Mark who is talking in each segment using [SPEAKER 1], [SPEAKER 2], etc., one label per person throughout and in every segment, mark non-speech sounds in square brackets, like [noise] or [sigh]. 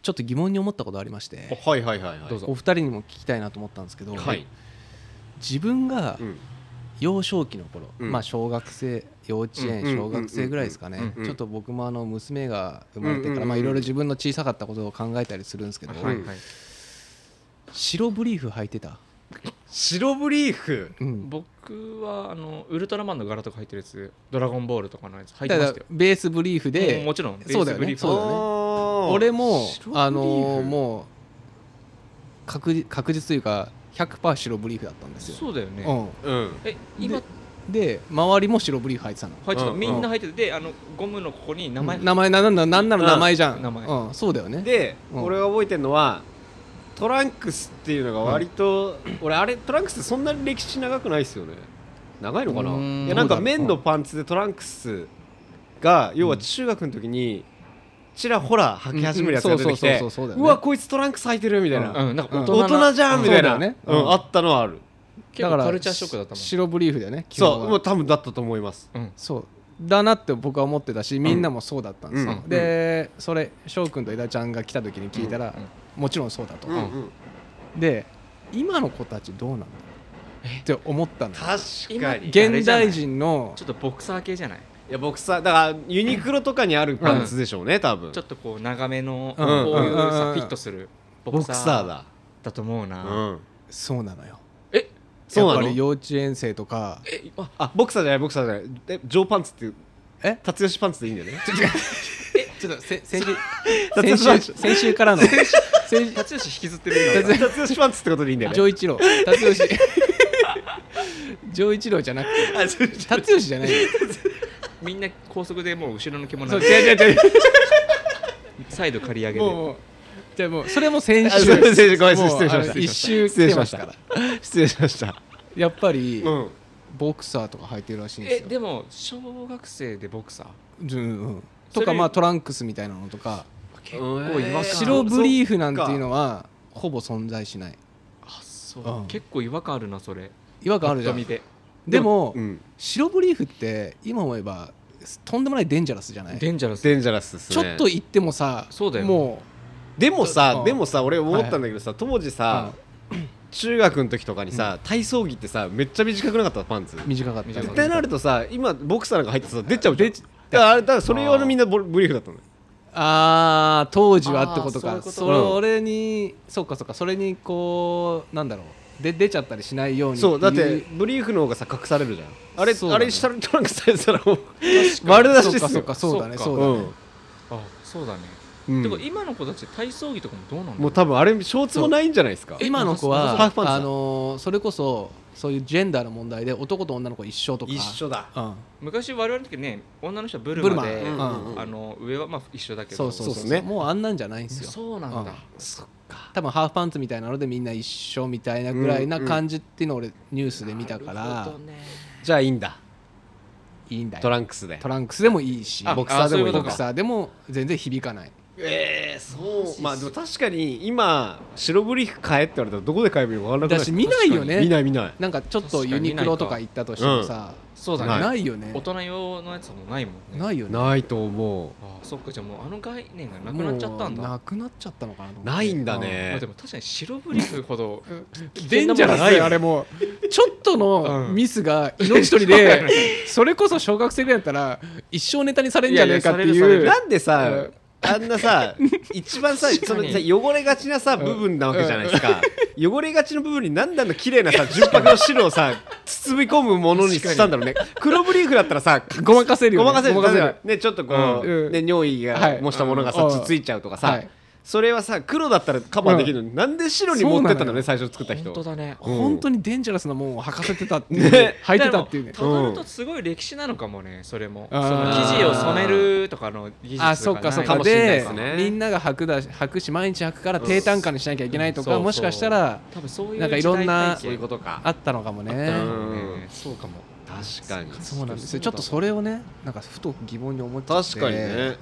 [SPEAKER 1] ちょっと疑問に思ったことありまして
[SPEAKER 2] はいはいはいはい
[SPEAKER 3] どうぞ
[SPEAKER 1] お二人にも聞きたいなと思ったんですけど、
[SPEAKER 2] はい、
[SPEAKER 1] 自分が
[SPEAKER 2] うん
[SPEAKER 1] 幼少期の頃、
[SPEAKER 2] うん
[SPEAKER 1] まあ小学生幼稚園、
[SPEAKER 2] うん
[SPEAKER 1] 小学生ぐらいですかね、
[SPEAKER 2] うん
[SPEAKER 1] ちょっと僕もあの娘が生まれてから、
[SPEAKER 2] うんうんうん
[SPEAKER 1] まあいろいろ自分の小さかったことを考えたりするんですけど、
[SPEAKER 3] はいはい
[SPEAKER 1] 白ブリーフ履いてた、
[SPEAKER 2] 白ブリーフ
[SPEAKER 1] うん、
[SPEAKER 3] 僕はあのウルトラマンの柄とか入ってるやつドラゴンボールとかのやつ入って
[SPEAKER 1] だ
[SPEAKER 3] ま
[SPEAKER 1] から
[SPEAKER 3] したよ
[SPEAKER 1] ベースブリーフ
[SPEAKER 3] うん
[SPEAKER 1] で
[SPEAKER 3] もちろんベース
[SPEAKER 1] そうだよね
[SPEAKER 3] ブリーフ
[SPEAKER 1] そうだよね俺
[SPEAKER 2] 俺
[SPEAKER 1] も
[SPEAKER 2] 白ブリーフ
[SPEAKER 1] あのーもう確実確実というか100%白ブリーフだったんですよ。
[SPEAKER 3] そうだよね、
[SPEAKER 1] うん
[SPEAKER 2] うん
[SPEAKER 3] え今
[SPEAKER 1] でで周りも白ブリーフ履いてたの。
[SPEAKER 3] 入ってた
[SPEAKER 2] うん
[SPEAKER 3] みんな入っててであのゴムのここに名前、
[SPEAKER 1] うん名前なんならなんなら名前じゃ。
[SPEAKER 3] うんん名前
[SPEAKER 1] うんそうだよね。
[SPEAKER 2] で、
[SPEAKER 1] うん
[SPEAKER 2] 俺が覚えてるのはトランクスっていうのが割と、俺あれトランクスそんなに歴史長くないですよね長いのか
[SPEAKER 1] う
[SPEAKER 2] な
[SPEAKER 1] ーん
[SPEAKER 2] いやなんか
[SPEAKER 1] どうだろう
[SPEAKER 2] 綿のパンツでトランクスが要は中学の時にちらほら履き始めるやつが出てき
[SPEAKER 1] うんうん
[SPEAKER 2] て
[SPEAKER 1] そうそうそうそうだよ
[SPEAKER 2] う
[SPEAKER 1] ね
[SPEAKER 2] わこいつトランクス履いてるみたいな、
[SPEAKER 3] うん、なんか大
[SPEAKER 1] うん
[SPEAKER 2] 大
[SPEAKER 3] 人な、
[SPEAKER 2] 人じゃんみたいな、
[SPEAKER 1] そうだよね
[SPEAKER 2] うん
[SPEAKER 1] うん
[SPEAKER 2] あったのはある
[SPEAKER 3] 結構カルチャーショックだったもん
[SPEAKER 1] 白ブリーフだよね。基本
[SPEAKER 2] そ
[SPEAKER 1] は
[SPEAKER 2] うもう多分だったと思います
[SPEAKER 3] うん
[SPEAKER 1] そうだなって僕は思ってたしみんなもそうだったんですよ、
[SPEAKER 2] うん
[SPEAKER 1] でそれ翔くんと枝ちゃんが来た時に聞いたら、
[SPEAKER 3] うんうん
[SPEAKER 1] もちろんそうだと、
[SPEAKER 2] うんうん
[SPEAKER 1] で今の子たちどうなんだろうって思ったの
[SPEAKER 2] 確
[SPEAKER 3] 今
[SPEAKER 2] かにい
[SPEAKER 3] げ
[SPEAKER 1] 現代人の
[SPEAKER 3] ちょっとボクサー系じゃない
[SPEAKER 2] や僕さだからユニクロとかにあるパンツでしょうね多分
[SPEAKER 3] ちょっとこう長めの
[SPEAKER 1] う
[SPEAKER 3] こ
[SPEAKER 1] ん
[SPEAKER 3] ういう
[SPEAKER 1] うん
[SPEAKER 3] さフィットするボ
[SPEAKER 2] ボ
[SPEAKER 3] ク
[SPEAKER 2] ク
[SPEAKER 3] サ
[SPEAKER 2] サ
[SPEAKER 3] ー
[SPEAKER 2] ーだ
[SPEAKER 3] だと思うな、
[SPEAKER 2] うん
[SPEAKER 1] そうなのよ
[SPEAKER 3] え
[SPEAKER 2] そうなの
[SPEAKER 1] やっぱり幼稚園生とか
[SPEAKER 3] えあ
[SPEAKER 2] あボクサーじゃないボクサーじゃないえジョーパンツっていう
[SPEAKER 1] え
[SPEAKER 2] 辰吉パンツでいいんだよね
[SPEAKER 1] ちょっと先週
[SPEAKER 2] 先週
[SPEAKER 1] 先週先週からの先
[SPEAKER 3] 辰吉引きずってる
[SPEAKER 2] [laughs] [laughs]
[SPEAKER 3] よ
[SPEAKER 2] 辰吉パンツってことでいいんだよね
[SPEAKER 1] 丈一郎達吉 [laughs] 丈一郎じゃなくて
[SPEAKER 2] あ違う違う
[SPEAKER 1] 達吉じ
[SPEAKER 2] [laughs]
[SPEAKER 1] ゃないよ
[SPEAKER 3] みんな高速でもう後ろの毛も
[SPEAKER 1] そ
[SPEAKER 3] な
[SPEAKER 1] う違う違う違う
[SPEAKER 3] 再度刈り上げで
[SPEAKER 1] もうじゃあもうそれも先
[SPEAKER 2] あ
[SPEAKER 1] 週
[SPEAKER 2] すいませんごめんなさい失礼し
[SPEAKER 1] も
[SPEAKER 2] ま
[SPEAKER 1] うあ
[SPEAKER 2] し
[SPEAKER 1] の
[SPEAKER 2] た
[SPEAKER 1] 一周
[SPEAKER 2] 失
[SPEAKER 1] 来
[SPEAKER 2] 礼
[SPEAKER 1] て
[SPEAKER 2] しま
[SPEAKER 1] ま
[SPEAKER 2] し
[SPEAKER 1] す
[SPEAKER 2] た
[SPEAKER 1] から
[SPEAKER 2] 失礼しました
[SPEAKER 1] やっぱり
[SPEAKER 2] うん
[SPEAKER 1] ボクサーとか履いてるらしいんで
[SPEAKER 3] え
[SPEAKER 1] すよ
[SPEAKER 3] でも小学生でボクサー
[SPEAKER 1] うんうん
[SPEAKER 3] そ
[SPEAKER 1] と
[SPEAKER 3] れ
[SPEAKER 1] かまあトランクスみたいなのとか
[SPEAKER 3] 結
[SPEAKER 2] う
[SPEAKER 3] 構
[SPEAKER 2] ん
[SPEAKER 3] 違和感
[SPEAKER 2] えー
[SPEAKER 1] 白ブリーフなんていう
[SPEAKER 2] そ
[SPEAKER 1] のはほぼ存在しない
[SPEAKER 3] あそう、
[SPEAKER 1] うん
[SPEAKER 3] 結構違和感あるなそれ
[SPEAKER 1] 違和感あるじゃ
[SPEAKER 3] ぱっ
[SPEAKER 1] ん
[SPEAKER 3] と見で
[SPEAKER 1] でも
[SPEAKER 2] うん
[SPEAKER 1] 白ブリーフって今思えばとんでもないデンジャラスじゃない
[SPEAKER 3] デンジャラス
[SPEAKER 2] デンジャラスです
[SPEAKER 1] ちょ
[SPEAKER 2] ね
[SPEAKER 1] っと行ってもさ
[SPEAKER 3] そうだよ
[SPEAKER 1] も
[SPEAKER 2] でも
[SPEAKER 1] う
[SPEAKER 2] さ
[SPEAKER 1] ん
[SPEAKER 2] でもさ俺思ったんだけどさ当時
[SPEAKER 1] う
[SPEAKER 2] さ中学の時とかにさ体操着ってさめっちゃ短くなかったパンツ
[SPEAKER 1] うん短かった
[SPEAKER 3] 短か
[SPEAKER 2] 絶
[SPEAKER 3] っ
[SPEAKER 2] 対なるとさ今ボクサーなんか入ってさ出ちゃうじゃんだからあれだからそれ用のみんなボブリーフだったのよ
[SPEAKER 1] あー当時はってこと
[SPEAKER 3] あ
[SPEAKER 1] か
[SPEAKER 3] ーそういうこと
[SPEAKER 1] それ俺にそうかそうかそれにこうなんだろうで出ちゃったりしないように
[SPEAKER 2] そうだっ
[SPEAKER 1] い
[SPEAKER 2] てブリーフの方がさ隠されるじゃんあれ、
[SPEAKER 1] そうだ
[SPEAKER 2] あ
[SPEAKER 1] ね
[SPEAKER 2] れ下にトランクされてたらもう
[SPEAKER 3] 確か
[SPEAKER 2] 丸
[SPEAKER 3] に
[SPEAKER 2] 出し
[SPEAKER 1] そう
[SPEAKER 2] で
[SPEAKER 1] か
[SPEAKER 2] すよ
[SPEAKER 1] そうかそうだね
[SPEAKER 3] そ
[SPEAKER 1] そうう
[SPEAKER 3] か
[SPEAKER 1] だね
[SPEAKER 3] あそうだね、
[SPEAKER 2] うん
[SPEAKER 3] でも今の子たち体操着とかもどうなんだろ
[SPEAKER 2] もう多分あれショーツもないんじゃないですか
[SPEAKER 3] え
[SPEAKER 1] 今の子
[SPEAKER 2] ハー
[SPEAKER 1] は
[SPEAKER 2] フパンツだ
[SPEAKER 1] あのーそれこそそういうジェンダーの問題で男と女の子一緒とか
[SPEAKER 2] だ
[SPEAKER 1] うん
[SPEAKER 3] 昔我々の時ね女の人はブル
[SPEAKER 1] ブル
[SPEAKER 3] マ
[SPEAKER 1] マ
[SPEAKER 3] で
[SPEAKER 1] うん
[SPEAKER 2] うんうん
[SPEAKER 3] あの上はまあ一緒だけど
[SPEAKER 1] そうそうそう
[SPEAKER 2] そうっすね
[SPEAKER 1] もうあんなんじゃないんですよ
[SPEAKER 3] そうなんだ、
[SPEAKER 2] そっか
[SPEAKER 1] 多分ハーフパンツみたいなのでみんな一緒みたいなぐらいな感じっていうのを俺ニュースで見たか
[SPEAKER 3] な
[SPEAKER 1] ら
[SPEAKER 3] るほどね
[SPEAKER 2] じゃあいいんだ
[SPEAKER 1] いいんだよ
[SPEAKER 2] トランクスで
[SPEAKER 1] トランクスでもいいし
[SPEAKER 3] あ
[SPEAKER 2] ボクサーでもいい
[SPEAKER 3] あそういうこと
[SPEAKER 2] の
[SPEAKER 1] ボ
[SPEAKER 3] か
[SPEAKER 1] ク
[SPEAKER 2] か
[SPEAKER 1] サーでも全然響かない
[SPEAKER 2] ええそうまあでも確かに今白ブリーフ買えって言われたらどこで買えばいいのか分からな
[SPEAKER 1] だ
[SPEAKER 2] く
[SPEAKER 1] し
[SPEAKER 2] ない
[SPEAKER 1] 見ないよ
[SPEAKER 2] 見
[SPEAKER 1] ね
[SPEAKER 2] ない見ない
[SPEAKER 1] なんかちょっとユニクロとか行ったとしてもさ
[SPEAKER 3] そうだね
[SPEAKER 2] ない
[SPEAKER 1] ないよね
[SPEAKER 3] 大人用のやつもないもんね
[SPEAKER 1] ないよね
[SPEAKER 2] ないと思
[SPEAKER 3] あそっかじゃあもうあの概念がなくなっちゃったんだ
[SPEAKER 1] もう
[SPEAKER 3] ま
[SPEAKER 1] なくなっちゃったのかなと思
[SPEAKER 2] う
[SPEAKER 1] って
[SPEAKER 2] ないんだ
[SPEAKER 3] あ
[SPEAKER 2] ね
[SPEAKER 3] でも確かに白ブリーフほど
[SPEAKER 1] デンジャラス
[SPEAKER 2] ない
[SPEAKER 1] だ
[SPEAKER 2] よ
[SPEAKER 1] よあれもうちょっとの
[SPEAKER 3] うん
[SPEAKER 1] ミスが命取りで [laughs] それこそ小学生ぐらいだったら一生ネタにされるんじゃねえかって
[SPEAKER 3] いやいやされ
[SPEAKER 1] い
[SPEAKER 3] る
[SPEAKER 1] う
[SPEAKER 2] [laughs] なんでさ、
[SPEAKER 1] うん
[SPEAKER 2] あん
[SPEAKER 1] [laughs]
[SPEAKER 2] なさ一番さ
[SPEAKER 3] 確
[SPEAKER 2] そ
[SPEAKER 3] か
[SPEAKER 2] の
[SPEAKER 3] に
[SPEAKER 2] さ汚れがちなさ部分なわけじゃないですか、汚れがちの部分に何だの綺麗なさ純白の白
[SPEAKER 1] [laughs]
[SPEAKER 2] をさ包み込むものにしたんだろうね黒ブリーフだったらさ
[SPEAKER 1] [laughs] ごまかせるよね
[SPEAKER 2] ごまかせる
[SPEAKER 1] ごまかせる
[SPEAKER 2] ねちょっとこう、
[SPEAKER 1] うん
[SPEAKER 2] ね、尿意
[SPEAKER 1] は
[SPEAKER 2] が
[SPEAKER 1] い
[SPEAKER 2] 模したものがさ、
[SPEAKER 1] うん
[SPEAKER 2] つついちゃうとかさ、
[SPEAKER 1] はい
[SPEAKER 2] それはさ黒だったらカバーできるのに、なんで白に持ってった
[SPEAKER 1] そうな
[SPEAKER 2] の
[SPEAKER 1] の
[SPEAKER 2] ね
[SPEAKER 1] よ
[SPEAKER 2] 最初作った人
[SPEAKER 3] 本当だね
[SPEAKER 2] うん
[SPEAKER 1] 本当にデンジャラスなもんを履かせてたって
[SPEAKER 3] [laughs]
[SPEAKER 1] いう
[SPEAKER 2] ね
[SPEAKER 1] 履いてたっていうね
[SPEAKER 3] ただのとすごい歴史なのかもねそれもそ
[SPEAKER 1] あ
[SPEAKER 3] の
[SPEAKER 1] ー
[SPEAKER 3] 生地を染めるとかの技術とか
[SPEAKER 1] あそっかそっ
[SPEAKER 2] か
[SPEAKER 1] か
[SPEAKER 2] もしれないで
[SPEAKER 1] です
[SPEAKER 2] ね
[SPEAKER 1] みんなが履くだし履くし毎日履くから低単価にしなきゃいけないと
[SPEAKER 3] うん
[SPEAKER 1] か
[SPEAKER 3] そう
[SPEAKER 1] もしかしたら
[SPEAKER 3] 多分そういう
[SPEAKER 1] なんかいろんな
[SPEAKER 2] そう
[SPEAKER 3] 時代背
[SPEAKER 2] い
[SPEAKER 3] 景
[SPEAKER 2] うことか
[SPEAKER 1] あったのかもね
[SPEAKER 2] たのか
[SPEAKER 3] うん
[SPEAKER 2] うん
[SPEAKER 3] そうかも
[SPEAKER 2] 確かに
[SPEAKER 1] そうなんですよちょっとそれをねなんかふと疑問に思っちゃって
[SPEAKER 2] 確かにね、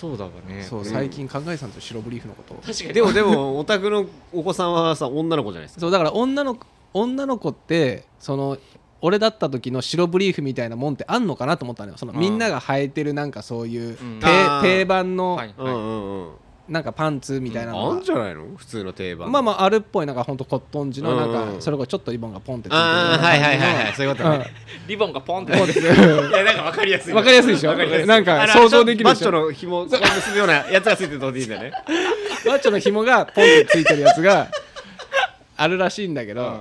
[SPEAKER 3] そうだわね
[SPEAKER 1] そううん最近考えてたんですよ白ブリーフのことを
[SPEAKER 3] 確かに
[SPEAKER 2] でもでもお宅のお子さんはさ女の子じゃないですか
[SPEAKER 1] そうだから女の子女の子ってその俺だった時の白ブリーフみたいなもんってあんのかなと思ったのよその
[SPEAKER 3] うん
[SPEAKER 1] みんなが履いてるなんかそういう、
[SPEAKER 3] うん
[SPEAKER 1] 定
[SPEAKER 2] あー
[SPEAKER 1] 定番の
[SPEAKER 3] はい
[SPEAKER 2] うん
[SPEAKER 3] は
[SPEAKER 2] うんうん
[SPEAKER 1] なんかパンツみたいなの
[SPEAKER 2] あ
[SPEAKER 1] が
[SPEAKER 2] んじゃないの普通の定番
[SPEAKER 1] まあまああるっぽいなんかほんとコットン地のなん
[SPEAKER 2] う
[SPEAKER 1] か
[SPEAKER 2] ん
[SPEAKER 1] それこそちょっとリボンがポンってついてるよ
[SPEAKER 2] あ
[SPEAKER 1] う
[SPEAKER 2] あ
[SPEAKER 1] な
[SPEAKER 2] はいはいはいはいそういうこと
[SPEAKER 1] 感
[SPEAKER 2] ね
[SPEAKER 3] リボンがポンって
[SPEAKER 1] じのポンって
[SPEAKER 2] いやなんかわかりやすい
[SPEAKER 1] わかりやすいでしょ
[SPEAKER 2] わかりやすい
[SPEAKER 1] なんか
[SPEAKER 2] あの
[SPEAKER 1] 想像できるで
[SPEAKER 2] マッ
[SPEAKER 1] し
[SPEAKER 2] チョ
[SPEAKER 1] ょ
[SPEAKER 2] の紐を結ぶようなやつがついてるとでいいんだよね
[SPEAKER 1] マッチョの紐がポンってついてるやつがあるらしいんだけど、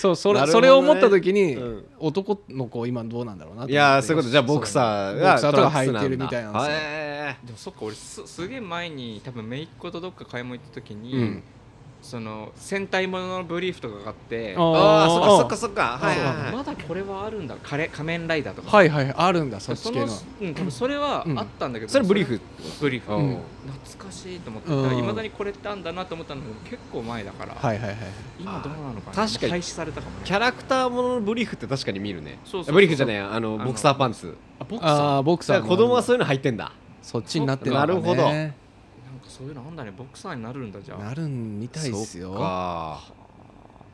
[SPEAKER 1] そうそれ,、
[SPEAKER 2] なるほ
[SPEAKER 1] そ
[SPEAKER 2] どね
[SPEAKER 1] れを思った時に、
[SPEAKER 2] うん
[SPEAKER 1] 男の子今どうなんだろうなと思って
[SPEAKER 2] いやーそういうことじゃあボクサーが
[SPEAKER 1] そうボクサーとか履いてるみたいなんですよ
[SPEAKER 2] へ
[SPEAKER 3] でもそっか俺すすげえ前に多分姪っ子とどっか買い物行った時に、
[SPEAKER 2] うん
[SPEAKER 3] その戦隊もののブリーフとかがあって
[SPEAKER 1] あー
[SPEAKER 2] ああそっかそっかそっかはいはい
[SPEAKER 3] あ
[SPEAKER 2] はい
[SPEAKER 3] まだこれはあるんだカレ仮面ライダーとか
[SPEAKER 1] はいはいあるんだそっ
[SPEAKER 3] そ
[SPEAKER 1] ち系
[SPEAKER 3] の
[SPEAKER 1] の
[SPEAKER 3] うん多分それは
[SPEAKER 1] うん
[SPEAKER 3] あったんだけど、
[SPEAKER 2] それブリーフ
[SPEAKER 3] ブリーフ、
[SPEAKER 2] うん
[SPEAKER 3] 懐かしいと思って
[SPEAKER 1] うん
[SPEAKER 3] いまだにこれってあんだなと思ったんだけど結構前だから、
[SPEAKER 1] はいはいはい
[SPEAKER 3] 今どうなのかな
[SPEAKER 2] 確かに
[SPEAKER 3] 廃止されたかも
[SPEAKER 2] キ
[SPEAKER 3] ね
[SPEAKER 2] ャラクターもののブリーフって確かに見るね
[SPEAKER 3] そうそうそう
[SPEAKER 2] ブリーフじゃないあのボクサーパンツ
[SPEAKER 3] あボクサー
[SPEAKER 1] ああーボク
[SPEAKER 2] だ
[SPEAKER 1] サ
[SPEAKER 2] か
[SPEAKER 1] ー
[SPEAKER 2] ら
[SPEAKER 1] の
[SPEAKER 2] 子供はそういうの入ってんだ
[SPEAKER 1] そっちになってる
[SPEAKER 2] なるほど
[SPEAKER 1] ね
[SPEAKER 3] なんかそういうのあんだねボクサーになるんだじゃあ
[SPEAKER 1] なるみたいですよ
[SPEAKER 2] そっか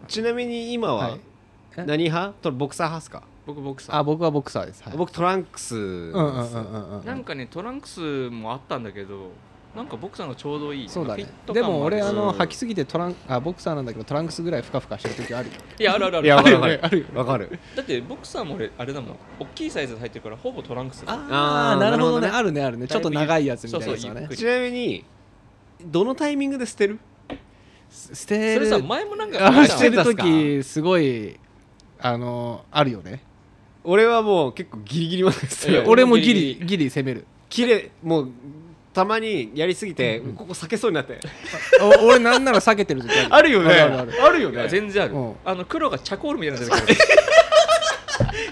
[SPEAKER 2] ちなみに今
[SPEAKER 1] は
[SPEAKER 2] はい
[SPEAKER 1] え
[SPEAKER 2] 何派とボクサー派っすか
[SPEAKER 3] 僕ボクサー
[SPEAKER 1] あ僕はボクサーです、はい、
[SPEAKER 2] 僕トランクス
[SPEAKER 1] うんうん
[SPEAKER 2] なんです
[SPEAKER 1] う
[SPEAKER 2] よ
[SPEAKER 1] んうんうん
[SPEAKER 3] なんかねトランクスもあったんだけどなんかボクサーのちょうどいい
[SPEAKER 1] そうだね
[SPEAKER 3] フィット
[SPEAKER 1] で
[SPEAKER 3] 感
[SPEAKER 1] も俺
[SPEAKER 3] るし
[SPEAKER 1] あ
[SPEAKER 2] う
[SPEAKER 1] の
[SPEAKER 2] ん
[SPEAKER 1] 履きすぎてトランあボクサーなんだけどトランクスぐらいふかふかしてる時あるよ
[SPEAKER 3] いやあるあるあ
[SPEAKER 2] い
[SPEAKER 3] る
[SPEAKER 2] やわかる
[SPEAKER 1] あ
[SPEAKER 2] わ
[SPEAKER 1] るよね
[SPEAKER 2] かるわかる
[SPEAKER 3] だってボクサーも俺あれだもん大きいサイズで入ってるからほぼトランクスだよ
[SPEAKER 2] あーなるほどね
[SPEAKER 1] あるねあるねちょっと長いやつみたいなやつ
[SPEAKER 3] そう
[SPEAKER 1] は
[SPEAKER 3] そ
[SPEAKER 1] ね
[SPEAKER 3] うゆっくり
[SPEAKER 2] ちなみにどのタイミングで捨てる
[SPEAKER 1] 捨て
[SPEAKER 3] そ
[SPEAKER 1] る
[SPEAKER 3] れさ前もなんか
[SPEAKER 1] あ
[SPEAKER 3] あ
[SPEAKER 1] 捨
[SPEAKER 2] して
[SPEAKER 1] る
[SPEAKER 2] てたっすか
[SPEAKER 1] 時すごいあのあるよね
[SPEAKER 2] 俺はもう結構ギリギリまで捨て
[SPEAKER 3] いや
[SPEAKER 2] る
[SPEAKER 1] 俺もギリギリ攻める
[SPEAKER 2] 綺麗もうたまにやりすぎて、ここ避けそうになって
[SPEAKER 1] お俺なんなら避けてる時ある
[SPEAKER 2] [laughs] あるよね
[SPEAKER 1] あるある
[SPEAKER 2] あるよ
[SPEAKER 3] いや
[SPEAKER 2] ね
[SPEAKER 3] 全然ある、
[SPEAKER 1] うん
[SPEAKER 3] あの黒がチャコールみたいなやつ
[SPEAKER 1] [laughs]
[SPEAKER 3] だけ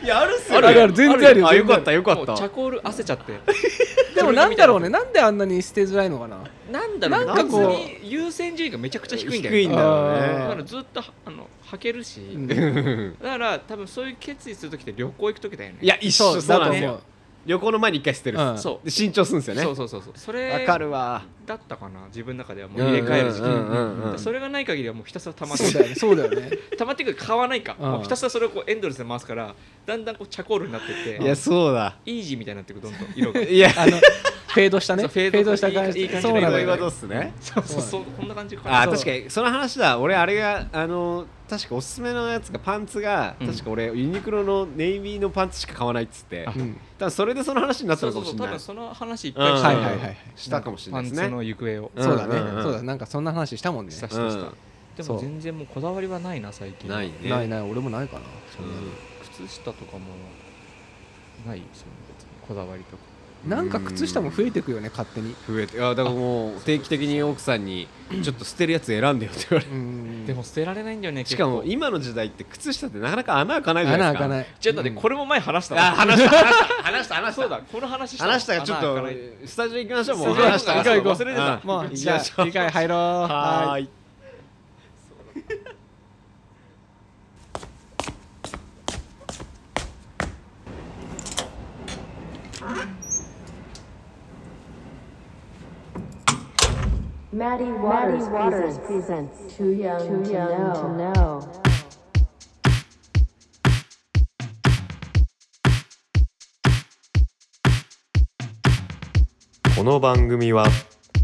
[SPEAKER 2] いやあるっす
[SPEAKER 1] あ
[SPEAKER 2] よ
[SPEAKER 1] る
[SPEAKER 2] ね
[SPEAKER 1] ある全然あるよ
[SPEAKER 2] あ
[SPEAKER 1] 全
[SPEAKER 2] よ
[SPEAKER 1] 然
[SPEAKER 2] か
[SPEAKER 1] あ
[SPEAKER 2] っ
[SPEAKER 1] る
[SPEAKER 2] たよか
[SPEAKER 3] ど
[SPEAKER 2] っ
[SPEAKER 3] もうチャ
[SPEAKER 2] た
[SPEAKER 3] コール汗ちゃって
[SPEAKER 1] [laughs] でもなんだろうねなんであんなに捨てづらいのかな
[SPEAKER 3] なんだろう
[SPEAKER 1] な
[SPEAKER 3] なんん
[SPEAKER 1] か
[SPEAKER 3] か
[SPEAKER 1] こう
[SPEAKER 3] こう優先順位がめちゃくちゃ低いんだよ、ね、
[SPEAKER 2] 低いんだよ
[SPEAKER 1] あー
[SPEAKER 3] だか
[SPEAKER 2] ね
[SPEAKER 3] らずっとはあの履けるし、
[SPEAKER 1] うん
[SPEAKER 2] [laughs] うん
[SPEAKER 3] だから多分そういう決意する時って旅行行く時だよね
[SPEAKER 2] いや一緒そう
[SPEAKER 1] だ
[SPEAKER 2] なん
[SPEAKER 1] と
[SPEAKER 2] です
[SPEAKER 1] 思
[SPEAKER 2] よ
[SPEAKER 1] う
[SPEAKER 2] 旅行の前に一回捨てるっす、
[SPEAKER 1] うん
[SPEAKER 3] そう
[SPEAKER 2] で慎重するんですよね
[SPEAKER 3] そうそうそうそうそれ
[SPEAKER 2] わかるわ
[SPEAKER 3] だったかな自分の中ではもう入れ替える時期、
[SPEAKER 2] うんうんうんうん
[SPEAKER 3] でそれがない限りはもうひたすら溜まっ
[SPEAKER 1] そう
[SPEAKER 3] て
[SPEAKER 1] だよねそうだよね
[SPEAKER 3] 溜まってくる買わないか、
[SPEAKER 1] うん
[SPEAKER 3] もうひたすらそれをこうエンドレスで回すからだんだんこうチャコールになってって
[SPEAKER 2] いやそうだ
[SPEAKER 3] イージーみたいになってくどんどん色が
[SPEAKER 2] いや
[SPEAKER 1] あのフェードしたね
[SPEAKER 3] そう
[SPEAKER 1] フ
[SPEAKER 3] フ
[SPEAKER 1] ェ
[SPEAKER 3] ェード
[SPEAKER 1] ードした感
[SPEAKER 3] いい
[SPEAKER 1] じ
[SPEAKER 3] いい感じ
[SPEAKER 1] そ
[SPEAKER 2] そうう
[SPEAKER 1] な
[SPEAKER 2] な
[SPEAKER 1] の
[SPEAKER 2] の
[SPEAKER 1] よ
[SPEAKER 2] よそうっすね
[SPEAKER 3] そうそうそうこんな感じかな
[SPEAKER 2] あ
[SPEAKER 3] そう
[SPEAKER 2] 確かにその話だ俺あれがあの確かおすすめのやつがパンツが、
[SPEAKER 3] うん
[SPEAKER 2] 確か俺ユニクロのネイビーのパンツしか買わないっつって
[SPEAKER 3] あ
[SPEAKER 1] うん
[SPEAKER 2] 多分それでその話になった
[SPEAKER 3] そう
[SPEAKER 2] のか
[SPEAKER 3] そう
[SPEAKER 2] もしれ
[SPEAKER 3] そう多
[SPEAKER 2] ない
[SPEAKER 3] 分その話一
[SPEAKER 2] う
[SPEAKER 3] 回
[SPEAKER 2] ん
[SPEAKER 3] し
[SPEAKER 1] は
[SPEAKER 3] た
[SPEAKER 1] いは
[SPEAKER 3] よね
[SPEAKER 1] いはい
[SPEAKER 2] したかもしれ
[SPEAKER 3] パ
[SPEAKER 2] ない
[SPEAKER 3] ン
[SPEAKER 2] ですね
[SPEAKER 3] ツの行方を
[SPEAKER 2] うん
[SPEAKER 1] そうだね
[SPEAKER 2] ん
[SPEAKER 1] そうだなんかそんな話したもんね
[SPEAKER 3] したし
[SPEAKER 2] う
[SPEAKER 3] た
[SPEAKER 2] ん
[SPEAKER 3] したで
[SPEAKER 1] そう
[SPEAKER 3] も全然もうこだわりはないな最近
[SPEAKER 2] ないね
[SPEAKER 1] ないない俺もないかな
[SPEAKER 3] 靴下とかもないその別にこだわりとか
[SPEAKER 1] なんか靴下も増えてくよね勝手に
[SPEAKER 2] 増えてあだからもう定期的に奥さんに「ちょっと捨てるやつ選んでよ」って言われる
[SPEAKER 1] うん
[SPEAKER 3] でも捨てられないんだよね
[SPEAKER 2] しかも
[SPEAKER 3] 結構
[SPEAKER 2] 今の時代って靴下ってなかなか穴開かないじゃな
[SPEAKER 1] 穴
[SPEAKER 2] いで
[SPEAKER 1] 開
[SPEAKER 2] す
[SPEAKER 1] か
[SPEAKER 2] か
[SPEAKER 1] ないい
[SPEAKER 3] ちょっとねこれも前話したわ
[SPEAKER 2] あ話した話した話した
[SPEAKER 3] そうだこの話したわ
[SPEAKER 2] 話したがちょっ
[SPEAKER 3] 穴
[SPEAKER 2] と
[SPEAKER 3] 開かない
[SPEAKER 2] スタジオ行きましょうもう
[SPEAKER 3] スタジオ
[SPEAKER 2] 話した
[SPEAKER 1] 行こう行こう
[SPEAKER 2] 忘れて
[SPEAKER 3] 忘れ
[SPEAKER 2] た
[SPEAKER 3] て
[SPEAKER 1] もう
[SPEAKER 2] 行き
[SPEAKER 1] じゃあ
[SPEAKER 2] ましょう
[SPEAKER 1] 次回入ろう
[SPEAKER 2] はー
[SPEAKER 1] い
[SPEAKER 2] い
[SPEAKER 4] Maddie Waters, presents, Too Young, to, know.
[SPEAKER 5] この番組は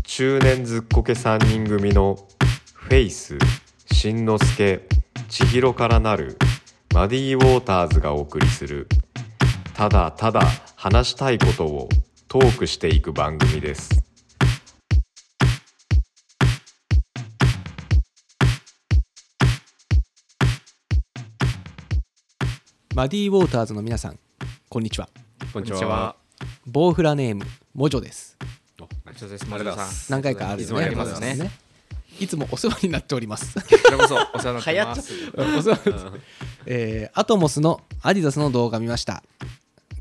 [SPEAKER 5] 中年ずっこけ3人組のフェイスしんのすけ千尋からなるマディ・ウォーターズがお送りするただただ話したいことをトークしていく番組です。
[SPEAKER 1] マディ・ウォーターズの皆さんこんにちは
[SPEAKER 2] こんに
[SPEAKER 3] こんにちは
[SPEAKER 1] ボウフラネームモジョです
[SPEAKER 3] あちょっとですマルさん
[SPEAKER 1] 何回かある
[SPEAKER 3] い
[SPEAKER 1] よ
[SPEAKER 3] つも
[SPEAKER 1] ね
[SPEAKER 3] やりますよね
[SPEAKER 1] いつもお世話になっております
[SPEAKER 3] [laughs] これこそお世話になってます
[SPEAKER 1] お世話になってえーアトモスのアディダスの動画見ました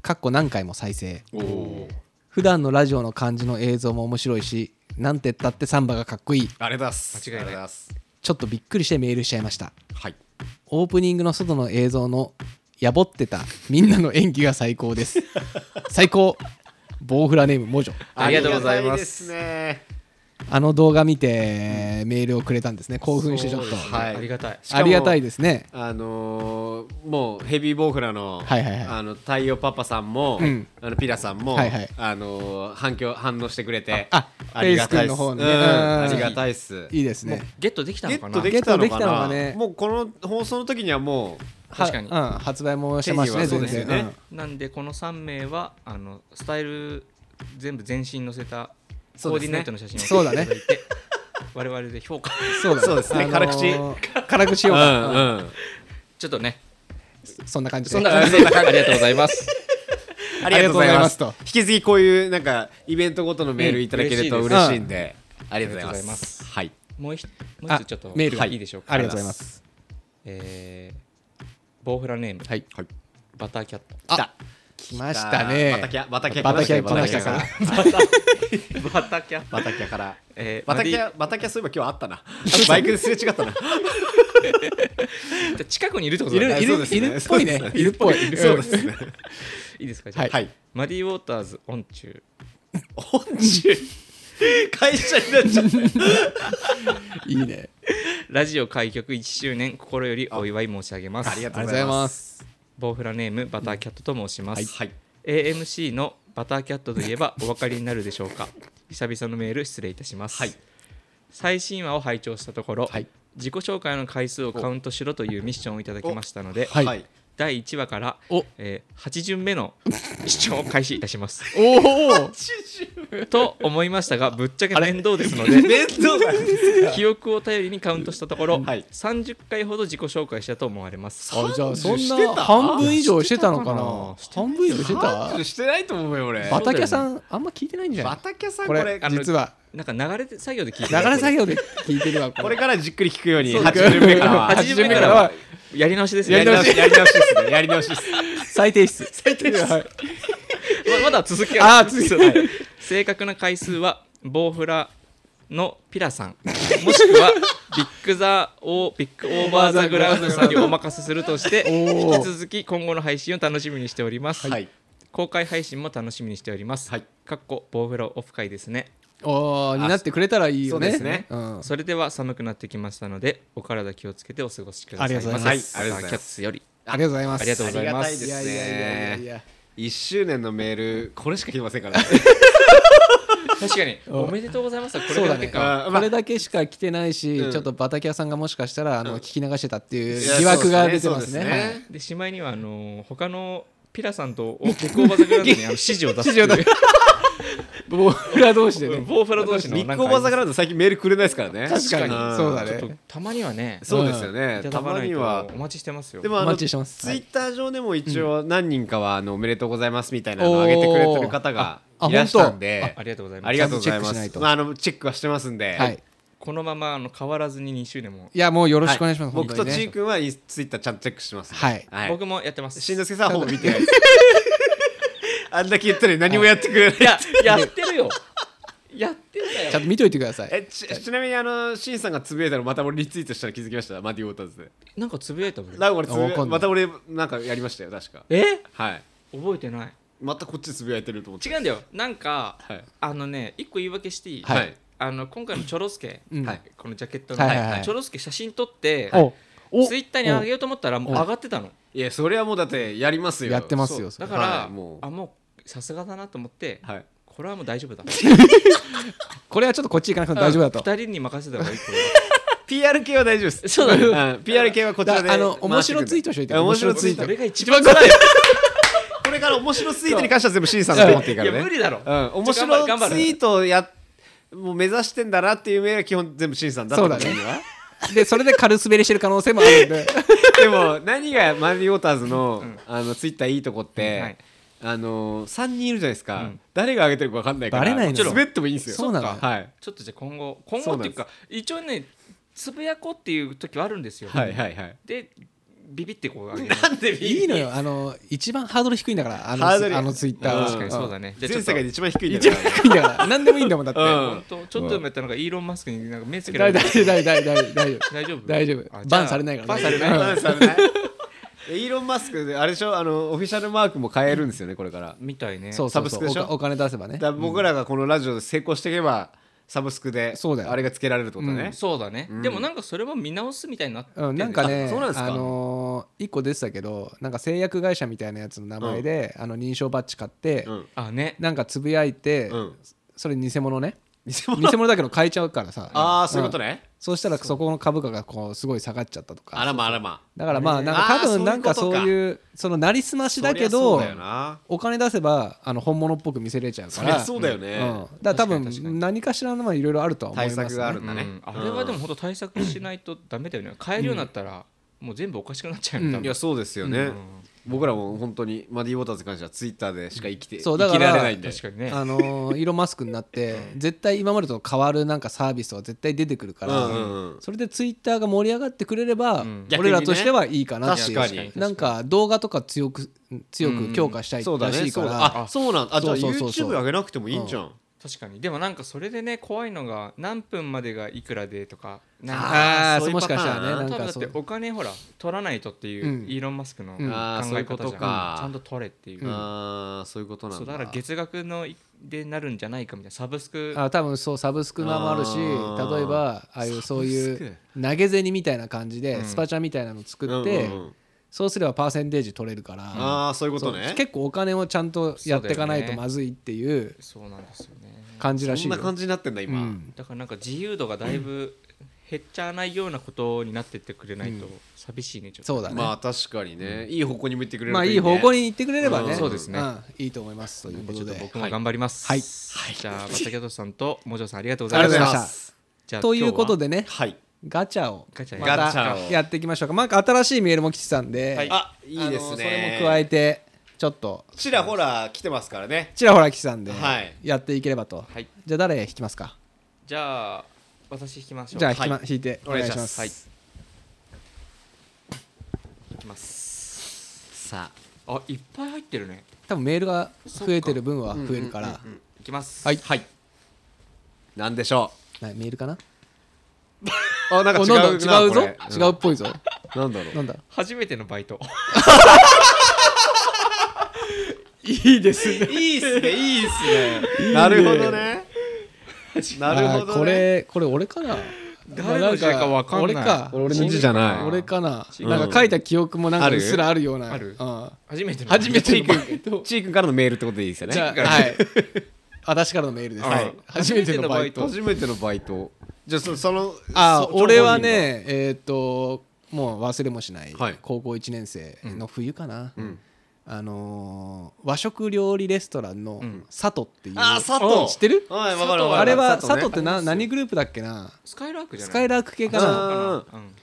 [SPEAKER 1] かっこ何回も再生
[SPEAKER 2] おお
[SPEAKER 1] 普段のラジオの感じの映像も面白いしなんてったってサンバがかっこいい
[SPEAKER 2] あれだっす
[SPEAKER 3] 間違いない
[SPEAKER 2] あれだっす
[SPEAKER 1] ちょっとびっくりしてメールしちゃいました
[SPEAKER 2] はい
[SPEAKER 1] オープニングの外の映像のやぼってたみんなの演技が最高です最高ボウフラネームモジョ
[SPEAKER 3] ありがとうござい
[SPEAKER 2] ありがた
[SPEAKER 3] ます
[SPEAKER 2] いですね
[SPEAKER 1] あの動画見てメールをくれたんですね興奮してちょっと、
[SPEAKER 2] そうはい
[SPEAKER 3] ありがたい
[SPEAKER 2] しか
[SPEAKER 1] あ
[SPEAKER 2] も
[SPEAKER 1] りがたいですね
[SPEAKER 2] あのーもうヘビーボウフラの,、
[SPEAKER 1] はいはいはい
[SPEAKER 2] あの太陽パパさんも、
[SPEAKER 1] うん
[SPEAKER 2] あのピラさんも、
[SPEAKER 1] はいはい
[SPEAKER 2] あのー反響反応してくれて
[SPEAKER 1] ああ
[SPEAKER 2] りがたいっ
[SPEAKER 1] フェイス君の
[SPEAKER 2] す
[SPEAKER 1] 方ね
[SPEAKER 2] うん
[SPEAKER 1] うん
[SPEAKER 2] ありがたいっす
[SPEAKER 1] いいですね
[SPEAKER 3] ゲットできた
[SPEAKER 2] ゲ
[SPEAKER 3] のか
[SPEAKER 2] ッ
[SPEAKER 3] な
[SPEAKER 2] トできたのか
[SPEAKER 1] ゲットできたの
[SPEAKER 2] な
[SPEAKER 1] かね
[SPEAKER 2] もうこの放送の時にはも
[SPEAKER 1] は
[SPEAKER 3] 確かに
[SPEAKER 1] うん、発売もしてますしね
[SPEAKER 2] 手
[SPEAKER 1] 全
[SPEAKER 2] にはそうです
[SPEAKER 1] 然
[SPEAKER 2] よね
[SPEAKER 1] うん
[SPEAKER 3] なんでこの3名はあのスタイル全部全身載せたコ
[SPEAKER 2] そう
[SPEAKER 3] ー
[SPEAKER 2] です
[SPEAKER 3] ディ
[SPEAKER 2] ね
[SPEAKER 3] ネートの写真を
[SPEAKER 1] そうだね
[SPEAKER 3] いただいて我々で評価
[SPEAKER 1] そうだ
[SPEAKER 2] そうですね辛口
[SPEAKER 1] 辛口
[SPEAKER 2] う、
[SPEAKER 1] を、
[SPEAKER 2] うんうん、
[SPEAKER 3] ちょっとね
[SPEAKER 1] そんな感じで
[SPEAKER 3] そんな感じでありがとうございます
[SPEAKER 2] [laughs] ありがとうございます
[SPEAKER 1] ありがとうございます
[SPEAKER 2] 引き続きこういうなんかイベントごとのメールいただけると
[SPEAKER 3] うん
[SPEAKER 2] 嬉しいんで、ありがとうございま
[SPEAKER 3] ありがとうございます
[SPEAKER 2] すはい
[SPEAKER 3] もうひもう
[SPEAKER 1] あ
[SPEAKER 3] 一つちょっと
[SPEAKER 1] メールが
[SPEAKER 3] いいでしょうか
[SPEAKER 1] ありがとうございます
[SPEAKER 3] えーボウフラネーム、はい
[SPEAKER 2] はい
[SPEAKER 3] バターキャット
[SPEAKER 2] あ
[SPEAKER 1] 来ましたね
[SPEAKER 2] バタキャバタキャ
[SPEAKER 1] バタキャ
[SPEAKER 2] バタキャ
[SPEAKER 1] 来ま
[SPEAKER 3] バターキャット
[SPEAKER 2] [laughs] バタキャから
[SPEAKER 3] えー
[SPEAKER 2] バタキャバタキャそういえば今日あったなバイクですれ違ったな
[SPEAKER 3] じゃあ近くにいるってこと
[SPEAKER 1] い
[SPEAKER 3] だ
[SPEAKER 1] る
[SPEAKER 3] ね
[SPEAKER 1] い
[SPEAKER 2] そう
[SPEAKER 1] る
[SPEAKER 2] ですね
[SPEAKER 1] いるっぽいね
[SPEAKER 2] そうですね
[SPEAKER 1] いるっぽい
[SPEAKER 2] そうですね
[SPEAKER 3] いいですかじゃあ
[SPEAKER 2] [laughs] はいはい
[SPEAKER 3] マディウォーターズオンチュー
[SPEAKER 2] 本中会社になっちゃった
[SPEAKER 1] いいね
[SPEAKER 3] ラジオ開局1周年心よりお祝い申し上げます
[SPEAKER 2] ありが
[SPEAKER 1] あ
[SPEAKER 2] と
[SPEAKER 1] りがとうござ
[SPEAKER 2] うござ
[SPEAKER 1] い
[SPEAKER 2] い
[SPEAKER 1] ま
[SPEAKER 2] ます
[SPEAKER 3] ボウフラネームバターキャットと申します、
[SPEAKER 2] はい
[SPEAKER 3] AMC のバターキャットといえばお分かりになるでしょうか久々のメール失礼いたします、
[SPEAKER 2] はい
[SPEAKER 3] 最新話を拝聴したところ、
[SPEAKER 2] はい
[SPEAKER 3] 自己紹介の回数をカウントしろというミッションをいただきましたので、
[SPEAKER 2] はいはい
[SPEAKER 3] 第1話から
[SPEAKER 1] お、
[SPEAKER 3] えー8巡目の視聴を開始いたします [laughs]
[SPEAKER 1] おお
[SPEAKER 3] と思いましたがぶっちゃけ面倒ですの
[SPEAKER 2] [laughs]
[SPEAKER 3] で
[SPEAKER 2] 面倒だ
[SPEAKER 3] 記憶を頼りにカウントしたところ、
[SPEAKER 2] はい
[SPEAKER 3] 30回ほど自己紹介したと思われます
[SPEAKER 1] あじゃあそん
[SPEAKER 2] して
[SPEAKER 1] な
[SPEAKER 2] た
[SPEAKER 1] 半分以上してたのかな
[SPEAKER 3] して
[SPEAKER 1] 半分以上
[SPEAKER 2] [laughs]
[SPEAKER 1] して
[SPEAKER 2] ハー
[SPEAKER 1] た
[SPEAKER 2] トしてないと思うよ俺
[SPEAKER 1] バタキャさんあんま聞いてないんじゃない
[SPEAKER 2] バタキャさ
[SPEAKER 1] こ
[SPEAKER 2] んこ
[SPEAKER 1] れ
[SPEAKER 2] れ
[SPEAKER 3] あの
[SPEAKER 1] 実は
[SPEAKER 3] なんか流れて作業で聞いて
[SPEAKER 1] 流れ作業で聞いてるわ
[SPEAKER 2] [laughs]
[SPEAKER 1] こ
[SPEAKER 2] これ
[SPEAKER 1] れ
[SPEAKER 2] からじっくり聞くように
[SPEAKER 3] そう
[SPEAKER 2] 八巡目からは
[SPEAKER 1] 八
[SPEAKER 3] 8
[SPEAKER 1] 十
[SPEAKER 3] 巡目からはやり直しですね
[SPEAKER 2] やり直しやり直しですねやり直しです
[SPEAKER 1] 再提出再提出
[SPEAKER 3] ままだ続き
[SPEAKER 1] あー続き
[SPEAKER 3] そうはい正確な回数はボウフラのピラさんもしくはビッグザオービッグオーバーザグラウンドさんにお任せするとして
[SPEAKER 1] おー
[SPEAKER 3] 引き続き今後の配信を楽しみにしております、
[SPEAKER 2] はい
[SPEAKER 3] 公開配信も楽しみにしております、
[SPEAKER 2] はい
[SPEAKER 3] かっこボウフラオフ会ですね
[SPEAKER 1] おーになってくれたらいいよね
[SPEAKER 2] そうですね
[SPEAKER 1] うん
[SPEAKER 3] それでは寒くなってきましたのでお体気をつけてお過ごしください
[SPEAKER 1] ありがとうございます
[SPEAKER 2] はいありがとうございます
[SPEAKER 3] キャッツより
[SPEAKER 1] ありがとうございます
[SPEAKER 3] ありがとうございます
[SPEAKER 2] ありがたいですね
[SPEAKER 1] いやいやいやいや
[SPEAKER 2] 一周年のメールこれしか来ませんからね
[SPEAKER 3] 確かにおめでとうございますこれだけ
[SPEAKER 1] そう
[SPEAKER 3] か
[SPEAKER 2] [laughs] あま
[SPEAKER 1] こ
[SPEAKER 2] あ
[SPEAKER 1] れだけしか来てないし、
[SPEAKER 2] うん
[SPEAKER 1] ちょっとバタキャさんがもしかしたらあの聞き流してたってい
[SPEAKER 2] いうや
[SPEAKER 1] 疑惑が出てます
[SPEAKER 2] そうですね
[SPEAKER 1] ね。
[SPEAKER 3] でしまいにはあのー他のピラさんとお結婚バザグラウンドにあの指示を出すっていう
[SPEAKER 1] 指示ボーラ同士でね。
[SPEAKER 3] ボーフラ同士の
[SPEAKER 2] ビ
[SPEAKER 3] な
[SPEAKER 2] ッ
[SPEAKER 3] ん
[SPEAKER 2] グオ
[SPEAKER 3] か
[SPEAKER 2] ーバーザグラウンド最近メールくれないですからね
[SPEAKER 1] 確かに
[SPEAKER 2] ん
[SPEAKER 1] そうだ
[SPEAKER 3] ちょっ
[SPEAKER 1] ね
[SPEAKER 3] と。たまにはね
[SPEAKER 2] そうですよ
[SPEAKER 3] い
[SPEAKER 2] ね
[SPEAKER 3] た
[SPEAKER 2] た
[SPEAKER 3] だか
[SPEAKER 2] ま
[SPEAKER 3] ない
[SPEAKER 2] に
[SPEAKER 3] と
[SPEAKER 2] は
[SPEAKER 3] お待ちしてますよ
[SPEAKER 2] でもあ
[SPEAKER 1] お
[SPEAKER 2] の
[SPEAKER 1] 待
[SPEAKER 2] ツイ
[SPEAKER 1] ちしてます
[SPEAKER 2] ッター上でも一応何人かはあのおめでとうございますみたいなのを上げてくれてる方が
[SPEAKER 1] おーあ
[SPEAKER 2] いらしたん
[SPEAKER 3] あ
[SPEAKER 2] で
[SPEAKER 3] ありがとうございます
[SPEAKER 2] ありがとうございま
[SPEAKER 1] ちゃんとチェックしない
[SPEAKER 2] す
[SPEAKER 1] と
[SPEAKER 2] まああのチェックはしてますんで
[SPEAKER 1] は。
[SPEAKER 2] はい
[SPEAKER 3] このままあの変わらずに2周年も、
[SPEAKER 1] いやもうよろしくお願いします。
[SPEAKER 2] 僕と
[SPEAKER 1] 本当に
[SPEAKER 2] ち
[SPEAKER 1] ね
[SPEAKER 2] ーくんはツイッターちゃんとチェックします
[SPEAKER 1] はい
[SPEAKER 2] はい
[SPEAKER 3] 僕もやってます
[SPEAKER 2] しんのすけさんはほぼ
[SPEAKER 1] [laughs]
[SPEAKER 2] 見てないですあんだけ言ったのに何もやってくれない
[SPEAKER 3] いややってるよやってるんだよ
[SPEAKER 1] ちゃんと見といてください。
[SPEAKER 2] [laughs] えちちなみにあのしんさんがつぶやいたのまた俺リツイートしたら気づきましたマディ・ウォーターズで
[SPEAKER 3] なんかつぶやいたもん
[SPEAKER 2] なんか俺つぶ
[SPEAKER 1] あわかんない
[SPEAKER 2] また俺なんかやりましたよ確か
[SPEAKER 3] え
[SPEAKER 2] はい
[SPEAKER 3] 覚えてない
[SPEAKER 2] またこっちでつぶやいてると思って
[SPEAKER 3] 違うんだよなんか、
[SPEAKER 2] はい
[SPEAKER 3] あのね一個言い訳していい、
[SPEAKER 1] はい
[SPEAKER 3] あの今回のチョロスケ、
[SPEAKER 1] うん
[SPEAKER 2] はい
[SPEAKER 3] このジャケットの、
[SPEAKER 1] はいはいはい
[SPEAKER 3] チョロスケ写真撮って、
[SPEAKER 1] おお
[SPEAKER 3] ツイッターに上げようと思ったらもう上がってたの
[SPEAKER 2] いやそれはもうだってやりますよ
[SPEAKER 1] やってますよ。そ
[SPEAKER 3] だ
[SPEAKER 1] れ
[SPEAKER 3] から、
[SPEAKER 2] はい
[SPEAKER 3] も
[SPEAKER 2] も
[SPEAKER 3] う
[SPEAKER 2] う
[SPEAKER 3] あもうさすがだなと思って、
[SPEAKER 2] はい
[SPEAKER 3] これはもう大丈夫だ
[SPEAKER 1] これはちょっとこっち行かなくて大丈夫だと。
[SPEAKER 3] 2人に任せた方がいいと思
[SPEAKER 2] PR 系は大丈夫です
[SPEAKER 3] そうだね
[SPEAKER 2] ね PR 系はこちらで
[SPEAKER 1] だあの
[SPEAKER 2] 回してく
[SPEAKER 1] 面白
[SPEAKER 2] んで
[SPEAKER 1] ツイートしといて
[SPEAKER 2] あ面白
[SPEAKER 1] 面
[SPEAKER 2] [laughs] ツ
[SPEAKER 1] 白ツイ
[SPEAKER 2] イー
[SPEAKER 1] ー
[SPEAKER 3] そ
[SPEAKER 1] ト
[SPEAKER 2] ト
[SPEAKER 3] れが一番辛い
[SPEAKER 2] これから面白ツイートに関しては全部しんさんが持っていいから
[SPEAKER 3] いや無
[SPEAKER 2] ね
[SPEAKER 3] 理だろ、
[SPEAKER 2] うん面
[SPEAKER 3] ちょ頑張頑張
[SPEAKER 2] 白
[SPEAKER 3] る
[SPEAKER 2] ツイートをやもう目指してんだなっていうメールは基本全部しんさんだ
[SPEAKER 1] そうだ
[SPEAKER 2] って
[SPEAKER 1] ね
[SPEAKER 2] こといいわ。
[SPEAKER 1] でそれで軽滑りしてる可能性もあるんで。
[SPEAKER 2] でも何がマリー・ウォーターズの,、あのツイッターいいとこって、
[SPEAKER 3] うんはい
[SPEAKER 2] あの3人いるじゃないですか、
[SPEAKER 3] うん
[SPEAKER 2] 誰が上げてるか分かんないから
[SPEAKER 1] バレないの
[SPEAKER 2] ちょっと滑ってもいいんですよ
[SPEAKER 1] そうなの
[SPEAKER 2] っかはい、
[SPEAKER 3] ちょっとじゃあ今後今後っていうか一応ねつぶやこうっていう時はあるんですよ、
[SPEAKER 2] はいはいはい
[SPEAKER 3] でビビってこう上げる
[SPEAKER 2] なんで
[SPEAKER 1] いいのよ。あの一番ハードル低いんだからあの
[SPEAKER 2] ハードル
[SPEAKER 1] あのツイッターは。
[SPEAKER 3] 確かにそうだねじゃあち
[SPEAKER 2] 全
[SPEAKER 3] ょっと
[SPEAKER 2] 世界で一番低いんだ
[SPEAKER 1] 一
[SPEAKER 2] から
[SPEAKER 1] 番低いんだから。何でもいいんだもんだって。
[SPEAKER 2] うん
[SPEAKER 3] 本当ちょっとでもやったのがイーロン・マスクになんか目つけら
[SPEAKER 1] 大
[SPEAKER 3] れ
[SPEAKER 1] 丈
[SPEAKER 3] て
[SPEAKER 1] 夫大丈夫大丈夫大丈夫。
[SPEAKER 3] 大丈夫
[SPEAKER 1] 大丈夫
[SPEAKER 3] あじゃあ
[SPEAKER 1] バンされないから
[SPEAKER 3] バンされない
[SPEAKER 2] バランスあるね [laughs] イーロン・マスクであれでしょあのオフィシャルマークも変えるんですよねこれからだか
[SPEAKER 3] みたいね
[SPEAKER 1] そうそうそう
[SPEAKER 2] サブスクでしょ
[SPEAKER 1] おお金出せばね
[SPEAKER 2] ら僕らがこのラジオで成功していけばサブスクで
[SPEAKER 1] そうだよ
[SPEAKER 2] あれがつけられるってこと
[SPEAKER 1] う
[SPEAKER 2] ね
[SPEAKER 1] ん、
[SPEAKER 3] そうだね、
[SPEAKER 2] うん
[SPEAKER 3] でもなんかそれは見直すみたいになって
[SPEAKER 1] うん、なんかね
[SPEAKER 2] あ
[SPEAKER 1] あ
[SPEAKER 2] そうなんですか
[SPEAKER 1] のー、1個出てたけどなんか製薬会社みたいなやつの名前で、あの認証バッジ買って、
[SPEAKER 2] うん
[SPEAKER 3] あね
[SPEAKER 1] なんかつぶやいて、
[SPEAKER 2] うん
[SPEAKER 1] それ偽物ね
[SPEAKER 2] 偽
[SPEAKER 1] 偽
[SPEAKER 2] 物
[SPEAKER 1] 物だけど買えちゃうからさ
[SPEAKER 2] ああそういうこと
[SPEAKER 1] ね、
[SPEAKER 2] ね、
[SPEAKER 1] んそうしたらそこの株価がこうすごい下がっちゃったとか
[SPEAKER 2] あらまあらま
[SPEAKER 1] だからまあ
[SPEAKER 2] ね
[SPEAKER 1] なんか多
[SPEAKER 2] あー
[SPEAKER 1] 分なんかそう
[SPEAKER 2] そう
[SPEAKER 1] いうそのなりすましだけ
[SPEAKER 2] そ
[SPEAKER 1] ど
[SPEAKER 2] りゃそうだよな
[SPEAKER 1] お金出せばあの本物っぽく見せれちゃうか
[SPEAKER 2] そりゃ
[SPEAKER 1] ら
[SPEAKER 2] そうだよね、
[SPEAKER 1] うん、だから多
[SPEAKER 3] 確かに確か
[SPEAKER 1] 分
[SPEAKER 3] に
[SPEAKER 1] 何かしらのまあいろいろあるとは思います、ね、
[SPEAKER 2] 対策があるんだね
[SPEAKER 3] うんあれはでも本当対策しないとダメだよね変えるようになったらもう全部おかしくなっちゃうよね多
[SPEAKER 2] いや
[SPEAKER 3] 分
[SPEAKER 2] そうですよね、僕らも本当にマディ・ウォーターズに関してはツイッターでしか生きて、
[SPEAKER 1] そう
[SPEAKER 2] 生
[SPEAKER 1] だ
[SPEAKER 2] き
[SPEAKER 1] から
[SPEAKER 2] られないんで
[SPEAKER 3] 確かにね
[SPEAKER 1] あの [laughs] ーイーロン・マスクになって絶対今までと変わるなんかサービスは絶対出てくるから、
[SPEAKER 2] うんうんうん
[SPEAKER 1] それでツイッターが盛り上がってくれれば、
[SPEAKER 3] ん
[SPEAKER 1] 俺らとしてはいいかなっていう
[SPEAKER 2] 逆にね確かに
[SPEAKER 1] なんか動画とか強く強く強化したい
[SPEAKER 2] そうだ
[SPEAKER 1] らし
[SPEAKER 2] ね
[SPEAKER 1] いか
[SPEAKER 2] そう
[SPEAKER 1] ら、
[SPEAKER 2] だあそうなんあじゃあ
[SPEAKER 1] そうそうそうそう
[SPEAKER 2] YouTube 上げなくてもいいんじゃん、
[SPEAKER 3] 確かにでもなんかそれでね怖いのが何分までがいくらでとかなんか
[SPEAKER 1] あ
[SPEAKER 2] あ
[SPEAKER 1] ー
[SPEAKER 2] ー
[SPEAKER 1] そう
[SPEAKER 2] そういう
[SPEAKER 1] もしかした
[SPEAKER 2] パタ
[SPEAKER 1] ら
[SPEAKER 2] ー
[SPEAKER 1] ね
[SPEAKER 2] ン
[SPEAKER 1] な
[SPEAKER 3] 多
[SPEAKER 1] ん
[SPEAKER 3] 分だ
[SPEAKER 1] か
[SPEAKER 3] っ
[SPEAKER 1] そ
[SPEAKER 3] て
[SPEAKER 1] う
[SPEAKER 3] お金ほら取らないとっていう、
[SPEAKER 1] うん
[SPEAKER 3] イーロン・マスクの考
[SPEAKER 1] うん
[SPEAKER 2] あーそうい
[SPEAKER 3] え
[SPEAKER 2] うこ
[SPEAKER 3] 方
[SPEAKER 2] と
[SPEAKER 3] じゃん、
[SPEAKER 2] か
[SPEAKER 3] ちゃんと取れっていう、
[SPEAKER 2] ああそういうことなんだ
[SPEAKER 3] そうだから月額のいでなるんじゃないかみたいなサブスク
[SPEAKER 1] あ多分そうサブスクのもあるし
[SPEAKER 2] あー
[SPEAKER 1] 例えばああいうそういう投げ銭みたいな感じで、
[SPEAKER 3] うん
[SPEAKER 1] スパチャみたいなの作
[SPEAKER 2] うんう
[SPEAKER 1] っ
[SPEAKER 2] ん
[SPEAKER 1] て、
[SPEAKER 2] うん
[SPEAKER 1] そうすればパーセンテージ取れるから。
[SPEAKER 2] ああそういうことね
[SPEAKER 1] そう結構お金をちゃんとやっていかないとまずいっていう
[SPEAKER 3] そうなんですよね
[SPEAKER 1] 感じらしい
[SPEAKER 2] そん
[SPEAKER 1] よ
[SPEAKER 2] な感じになってんだ今、
[SPEAKER 1] うん
[SPEAKER 3] だからなんか自由度がだいぶ減っちゃわないようなことになってってくれないと寂しいねちょっと、
[SPEAKER 1] そうだね、
[SPEAKER 2] まあ確かにね、いい方向に向いてくれる
[SPEAKER 1] まあ
[SPEAKER 2] と
[SPEAKER 1] い
[SPEAKER 2] ね
[SPEAKER 1] い方向に行ってくれればね、
[SPEAKER 2] うんそう
[SPEAKER 3] ですね
[SPEAKER 1] んいいと思いますということで
[SPEAKER 3] 僕も頑張ります
[SPEAKER 1] はい
[SPEAKER 3] じゃあバタキャトさんとモジョさんありがとうご
[SPEAKER 1] あ
[SPEAKER 3] ざ
[SPEAKER 1] り
[SPEAKER 3] い
[SPEAKER 1] が
[SPEAKER 3] ま
[SPEAKER 1] とうござ
[SPEAKER 3] し
[SPEAKER 1] い
[SPEAKER 3] た
[SPEAKER 1] ました
[SPEAKER 3] じゃあ
[SPEAKER 1] ということ
[SPEAKER 3] で
[SPEAKER 1] でね
[SPEAKER 2] はい
[SPEAKER 1] ガチャを
[SPEAKER 3] ガチャ
[SPEAKER 1] ま
[SPEAKER 2] ガチャ
[SPEAKER 1] た
[SPEAKER 2] を
[SPEAKER 1] やっていきましょうかなんか新しいメールも来てたんで、
[SPEAKER 3] はい
[SPEAKER 2] あいい
[SPEAKER 1] あ
[SPEAKER 2] ですね
[SPEAKER 1] のそれも加えてちょっと
[SPEAKER 2] ちらほら来てますからね
[SPEAKER 1] ちらほら来てたんで、
[SPEAKER 2] はい
[SPEAKER 1] やっていければと、
[SPEAKER 3] はい
[SPEAKER 1] じゃあ誰引きますか
[SPEAKER 3] じゃあ私引きましょう
[SPEAKER 1] じゃあ
[SPEAKER 3] はい
[SPEAKER 1] 引,、きま引いてお願いします
[SPEAKER 3] はいいきます
[SPEAKER 2] さ
[SPEAKER 3] あいっぱい入ってるね
[SPEAKER 1] 多分メールが増えてる分は増えるから、
[SPEAKER 3] いきます
[SPEAKER 1] はい
[SPEAKER 2] はいなんでしょ
[SPEAKER 1] はいメールかな
[SPEAKER 2] うあなんか
[SPEAKER 1] お
[SPEAKER 2] 違う
[SPEAKER 1] な
[SPEAKER 2] なん
[SPEAKER 1] だ違うぞ、
[SPEAKER 2] これ
[SPEAKER 1] 違うっぽいぞ
[SPEAKER 2] うんなんだろう
[SPEAKER 1] なんだ
[SPEAKER 3] 初めてのバ
[SPEAKER 1] [laughs]
[SPEAKER 3] イト
[SPEAKER 1] いいですね
[SPEAKER 2] いいっすねいいっすねなるほどねなる
[SPEAKER 1] あ
[SPEAKER 2] ほど、ね、
[SPEAKER 1] ーこれこれ俺かな
[SPEAKER 3] 誰の字かわかん
[SPEAKER 1] 俺
[SPEAKER 3] ない
[SPEAKER 1] か
[SPEAKER 2] 俺の字じゃない
[SPEAKER 1] 俺かな
[SPEAKER 3] 違う
[SPEAKER 1] なんか書いた記憶もなんか
[SPEAKER 2] ある
[SPEAKER 1] うっすらあるような
[SPEAKER 3] ある
[SPEAKER 1] うん
[SPEAKER 3] 初めての
[SPEAKER 1] 初めてのバ
[SPEAKER 3] の
[SPEAKER 1] イト
[SPEAKER 2] ちーくんからのメールってことでいいですよね
[SPEAKER 1] じゃあはい私からのメールです
[SPEAKER 3] はい
[SPEAKER 1] 初めてのバイト
[SPEAKER 2] 初めてのバイトじゃあそその
[SPEAKER 1] あー
[SPEAKER 2] そ
[SPEAKER 1] 俺はねえーっともう忘れもしない
[SPEAKER 2] はい
[SPEAKER 1] 高校1年生の冬かなあのー和食料理レストランの佐藤っていう
[SPEAKER 2] あー佐藤
[SPEAKER 1] 知ってる
[SPEAKER 2] はいわかるわかる
[SPEAKER 1] あれは佐藤
[SPEAKER 2] ね
[SPEAKER 1] ってな何グループだっけな
[SPEAKER 3] スカイラークじゃない
[SPEAKER 1] スカイ
[SPEAKER 3] ー
[SPEAKER 1] ラーク系か
[SPEAKER 2] あ
[SPEAKER 1] な
[SPEAKER 2] ー
[SPEAKER 3] かな、うん、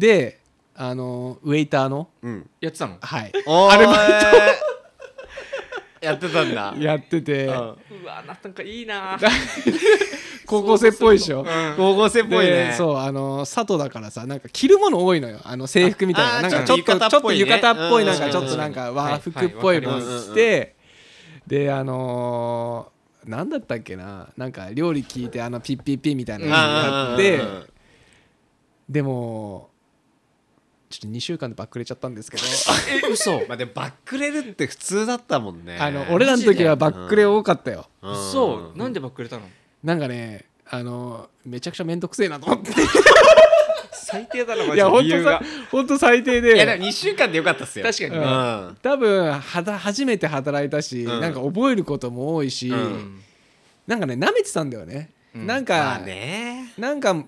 [SPEAKER 1] であのウェイターの
[SPEAKER 2] うん
[SPEAKER 3] やってたの
[SPEAKER 1] はい
[SPEAKER 2] ア
[SPEAKER 1] [laughs]
[SPEAKER 2] ルバイトやってたんだ
[SPEAKER 1] やってて
[SPEAKER 2] うん
[SPEAKER 3] うわなんかいいな
[SPEAKER 1] 高校生っぽいでしょ
[SPEAKER 2] 高校生っぽい
[SPEAKER 1] で
[SPEAKER 2] ね
[SPEAKER 1] そうあの佐藤だからさなんか着るもの多いのよあの制服みたい
[SPEAKER 2] あ
[SPEAKER 1] な
[SPEAKER 2] ー
[SPEAKER 1] なんか
[SPEAKER 2] ち
[SPEAKER 1] ち
[SPEAKER 2] ょ
[SPEAKER 1] ょ
[SPEAKER 2] っ
[SPEAKER 1] っ
[SPEAKER 2] と
[SPEAKER 1] とちょっと
[SPEAKER 2] 浴
[SPEAKER 1] 浴
[SPEAKER 2] 衣っぽいね
[SPEAKER 1] 衣っぽいなんか
[SPEAKER 2] うん
[SPEAKER 1] ちょっとなんか和服っぽいもの着
[SPEAKER 2] はい
[SPEAKER 1] てであのーなんだったっけななんか料理聞いてあのピッピッピみたいなのやってでもちょっと2週間でバックれちゃったんですけど
[SPEAKER 2] え
[SPEAKER 1] [laughs]
[SPEAKER 2] 嘘まあでもバックレるって普通だったもんね
[SPEAKER 1] あの俺らの時はバックレ多かったよ
[SPEAKER 2] うん
[SPEAKER 3] そうなんでバックれたの
[SPEAKER 1] なんかねあのめちゃくちゃ面倒くせえなと思
[SPEAKER 2] [laughs]
[SPEAKER 1] って
[SPEAKER 3] 最低だなマ
[SPEAKER 1] いや
[SPEAKER 3] で
[SPEAKER 1] 本
[SPEAKER 3] 理由
[SPEAKER 1] 当
[SPEAKER 3] が
[SPEAKER 1] さ本当最低
[SPEAKER 2] いやで
[SPEAKER 1] で
[SPEAKER 2] も2週間でよかったっすよ
[SPEAKER 3] 確かにね
[SPEAKER 2] うん
[SPEAKER 1] 多分はだ初めて働いたし、
[SPEAKER 2] うん
[SPEAKER 1] なんか覚えることも多いし、
[SPEAKER 2] ん
[SPEAKER 1] なんかね舐めてたんだよね、
[SPEAKER 3] うん
[SPEAKER 1] なん
[SPEAKER 2] まあ
[SPEAKER 1] か、
[SPEAKER 2] ね
[SPEAKER 1] なんか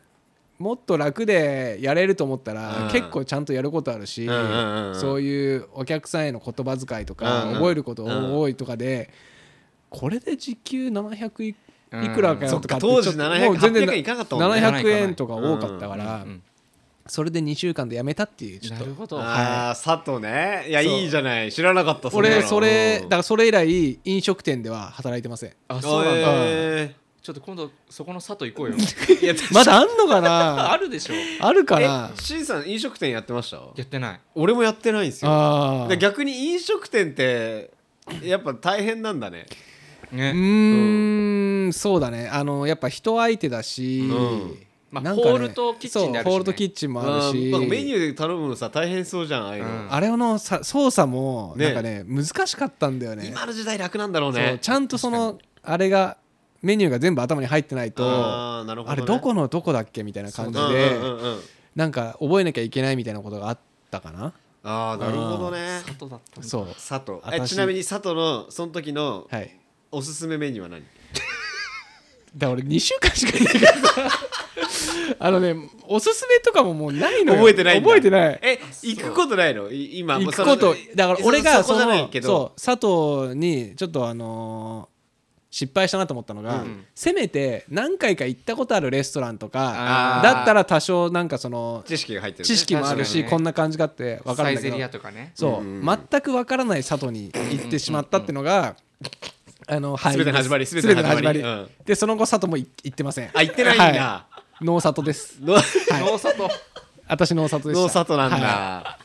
[SPEAKER 1] もっと楽でやれると思ったら、
[SPEAKER 2] うん
[SPEAKER 1] 結構ちゃんとやることあるし、
[SPEAKER 2] うんうんうん
[SPEAKER 1] そういうお客さんへの言葉遣いとか、
[SPEAKER 2] うんうん
[SPEAKER 1] 覚えること多いとかで、これで時給700い
[SPEAKER 3] うん
[SPEAKER 1] いくらかよとかって
[SPEAKER 2] そっか当
[SPEAKER 1] ち
[SPEAKER 2] 時
[SPEAKER 1] ょっと
[SPEAKER 2] 700
[SPEAKER 1] もう全然
[SPEAKER 2] 800円いかなかったもんね
[SPEAKER 1] 700円とか多かったから、
[SPEAKER 3] うんうん
[SPEAKER 1] それで2週間で辞めたっていうちょっ
[SPEAKER 3] な
[SPEAKER 1] と
[SPEAKER 3] るほど
[SPEAKER 2] ああ佐藤ねいや
[SPEAKER 1] そう
[SPEAKER 2] いいじゃない知らなかったんな
[SPEAKER 1] 俺
[SPEAKER 2] の
[SPEAKER 1] それ
[SPEAKER 2] う
[SPEAKER 1] だ
[SPEAKER 2] ん
[SPEAKER 1] からそれ以来飲食店では働いてま
[SPEAKER 2] [laughs]
[SPEAKER 1] せん
[SPEAKER 3] あそうなんだ、
[SPEAKER 2] え
[SPEAKER 3] ちょっと今度そこの佐藤行こ [laughs] うよ
[SPEAKER 2] ーいや
[SPEAKER 1] まだあんのか
[SPEAKER 3] あ
[SPEAKER 2] [laughs]
[SPEAKER 3] あ
[SPEAKER 1] な
[SPEAKER 3] るでしょ
[SPEAKER 1] あるかな
[SPEAKER 2] えしんさん飲食店やってました
[SPEAKER 3] やってない
[SPEAKER 2] 俺もやってないんですよ
[SPEAKER 1] あ
[SPEAKER 2] で
[SPEAKER 1] ー
[SPEAKER 2] 逆に飲食店ってやっぱ大変なんだね
[SPEAKER 1] う
[SPEAKER 3] ね、
[SPEAKER 1] ーんそうだねあのやっぱ人相手だし、
[SPEAKER 2] うん
[SPEAKER 3] まあ
[SPEAKER 1] なんかね
[SPEAKER 3] ホールとキッチンで
[SPEAKER 1] そう
[SPEAKER 3] あるしね
[SPEAKER 1] ホールとキッチンもあるし、
[SPEAKER 2] うんなんかメニューで頼むのさ大変そうじゃんああいうの、
[SPEAKER 3] うん
[SPEAKER 1] あれのさ操作も
[SPEAKER 2] ね
[SPEAKER 1] なんかね難しかったんだよね
[SPEAKER 2] 今の時代楽なんだろう
[SPEAKER 1] そう
[SPEAKER 2] ね
[SPEAKER 1] ちゃんとそのあれがメニューが全部頭に入ってないとあ
[SPEAKER 2] あーなるほど、ね、
[SPEAKER 1] れどこのどこだっけみたいな感じ
[SPEAKER 2] うんうん
[SPEAKER 1] で
[SPEAKER 2] うんうん
[SPEAKER 1] なんか覚えなきゃいけないみたいなことがあったかな
[SPEAKER 2] ああなるほどね
[SPEAKER 3] 佐藤だったんだ
[SPEAKER 1] そう
[SPEAKER 2] 佐藤え
[SPEAKER 1] 私
[SPEAKER 2] ちなみに佐藤のその時の
[SPEAKER 1] はい
[SPEAKER 2] おすすめメニューは何
[SPEAKER 1] だから俺2週間しかいないからさあのねおすすめとかももうないのよ
[SPEAKER 2] 覚えてないんだ
[SPEAKER 1] 覚えてない
[SPEAKER 2] え行くことないのい今
[SPEAKER 1] 行くこと
[SPEAKER 2] その
[SPEAKER 1] だから俺がそ
[SPEAKER 2] そこじゃな
[SPEAKER 1] の
[SPEAKER 2] いけど
[SPEAKER 1] そう佐藤にちょっとあのー失敗したなと思ったのが、
[SPEAKER 2] うん
[SPEAKER 1] せめて何回か行ったことあるレストランと
[SPEAKER 3] あ
[SPEAKER 1] か
[SPEAKER 3] ー
[SPEAKER 1] だったら多少なんかその
[SPEAKER 2] 知識が入ってる、ね、
[SPEAKER 1] 知識もあるし、
[SPEAKER 3] 確かにね
[SPEAKER 1] こんな感じがあって分かる
[SPEAKER 3] サ
[SPEAKER 1] ん
[SPEAKER 3] イ
[SPEAKER 1] だけ
[SPEAKER 3] ゼ
[SPEAKER 1] ど
[SPEAKER 3] リアとかね
[SPEAKER 1] そう、
[SPEAKER 2] うんうん
[SPEAKER 1] 全く分からない佐藤に行ってしまったってのが、あの敗因
[SPEAKER 2] 全ての始まり
[SPEAKER 1] です
[SPEAKER 2] 全ての始まり
[SPEAKER 1] 全ての
[SPEAKER 2] うん
[SPEAKER 1] でその後佐藤も行行ってません
[SPEAKER 2] あ行ってないんだ、
[SPEAKER 1] はノー佐藤です
[SPEAKER 2] の
[SPEAKER 3] 脳里
[SPEAKER 1] 私ノー佐藤でした
[SPEAKER 2] ノーサトなんだ、
[SPEAKER 1] は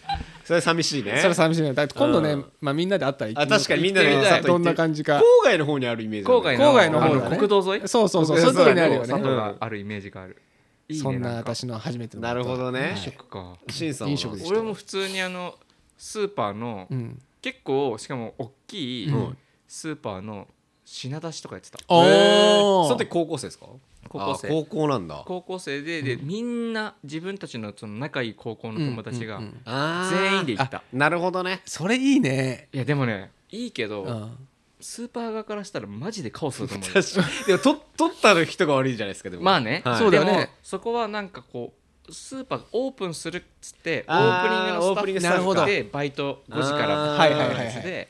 [SPEAKER 2] それ寂しい
[SPEAKER 1] い
[SPEAKER 2] ね
[SPEAKER 1] それ寂しいねだって今度ね、
[SPEAKER 2] うん
[SPEAKER 1] まあ、みんなで会ったら行ってみよ
[SPEAKER 2] あ
[SPEAKER 1] う
[SPEAKER 2] 確かにみんなで
[SPEAKER 3] 行ってみたい
[SPEAKER 1] どんな感じか
[SPEAKER 2] 郊外の方にあるイメージ
[SPEAKER 3] 郊外
[SPEAKER 1] 郊外の方
[SPEAKER 3] あ
[SPEAKER 1] だ
[SPEAKER 3] の
[SPEAKER 1] ね
[SPEAKER 3] 国道沿い
[SPEAKER 1] そうそうそう
[SPEAKER 2] 国
[SPEAKER 1] そ
[SPEAKER 2] 道
[SPEAKER 1] う
[SPEAKER 2] 沿
[SPEAKER 1] いとこに
[SPEAKER 2] いう
[SPEAKER 1] あるよ
[SPEAKER 3] 佐藤
[SPEAKER 1] ね
[SPEAKER 3] があるイメージがあるいいね
[SPEAKER 1] そんな
[SPEAKER 3] か
[SPEAKER 1] 私の初めての
[SPEAKER 2] なるほどね
[SPEAKER 3] 飲食か
[SPEAKER 2] シンさん
[SPEAKER 1] 飲食でした
[SPEAKER 3] 俺も普通にあのスーパーの
[SPEAKER 1] うん
[SPEAKER 3] 結構しかも大きい
[SPEAKER 1] うん
[SPEAKER 3] スーパーの品出しとかやってた
[SPEAKER 1] お
[SPEAKER 2] お
[SPEAKER 1] ー
[SPEAKER 2] その時高校生ですか
[SPEAKER 3] 高校生
[SPEAKER 2] あ高校なんだ
[SPEAKER 3] 高校生ででみんな自分たちのその仲いい高校の友達が
[SPEAKER 1] うんうんうん
[SPEAKER 2] あー
[SPEAKER 3] 全員で行った
[SPEAKER 2] なるほどね
[SPEAKER 1] それいいね
[SPEAKER 3] いやでもねいいけど、
[SPEAKER 1] うん
[SPEAKER 3] スーパー側からしたらマジでカオスだと思うよ
[SPEAKER 2] 確かにでもと取ったの人が悪いじゃないですかでも
[SPEAKER 3] まあね、
[SPEAKER 2] はい
[SPEAKER 1] そうだよね
[SPEAKER 3] でもそこはなんかこうスーパーがオープンするっつってオープニン
[SPEAKER 2] あ
[SPEAKER 3] グ
[SPEAKER 2] ー
[SPEAKER 3] のスタ
[SPEAKER 2] オープニング
[SPEAKER 3] ッフ
[SPEAKER 1] スタッフか
[SPEAKER 3] なるほどでバイト5時から
[SPEAKER 2] あ
[SPEAKER 1] ーはいはいはいはい
[SPEAKER 3] やつで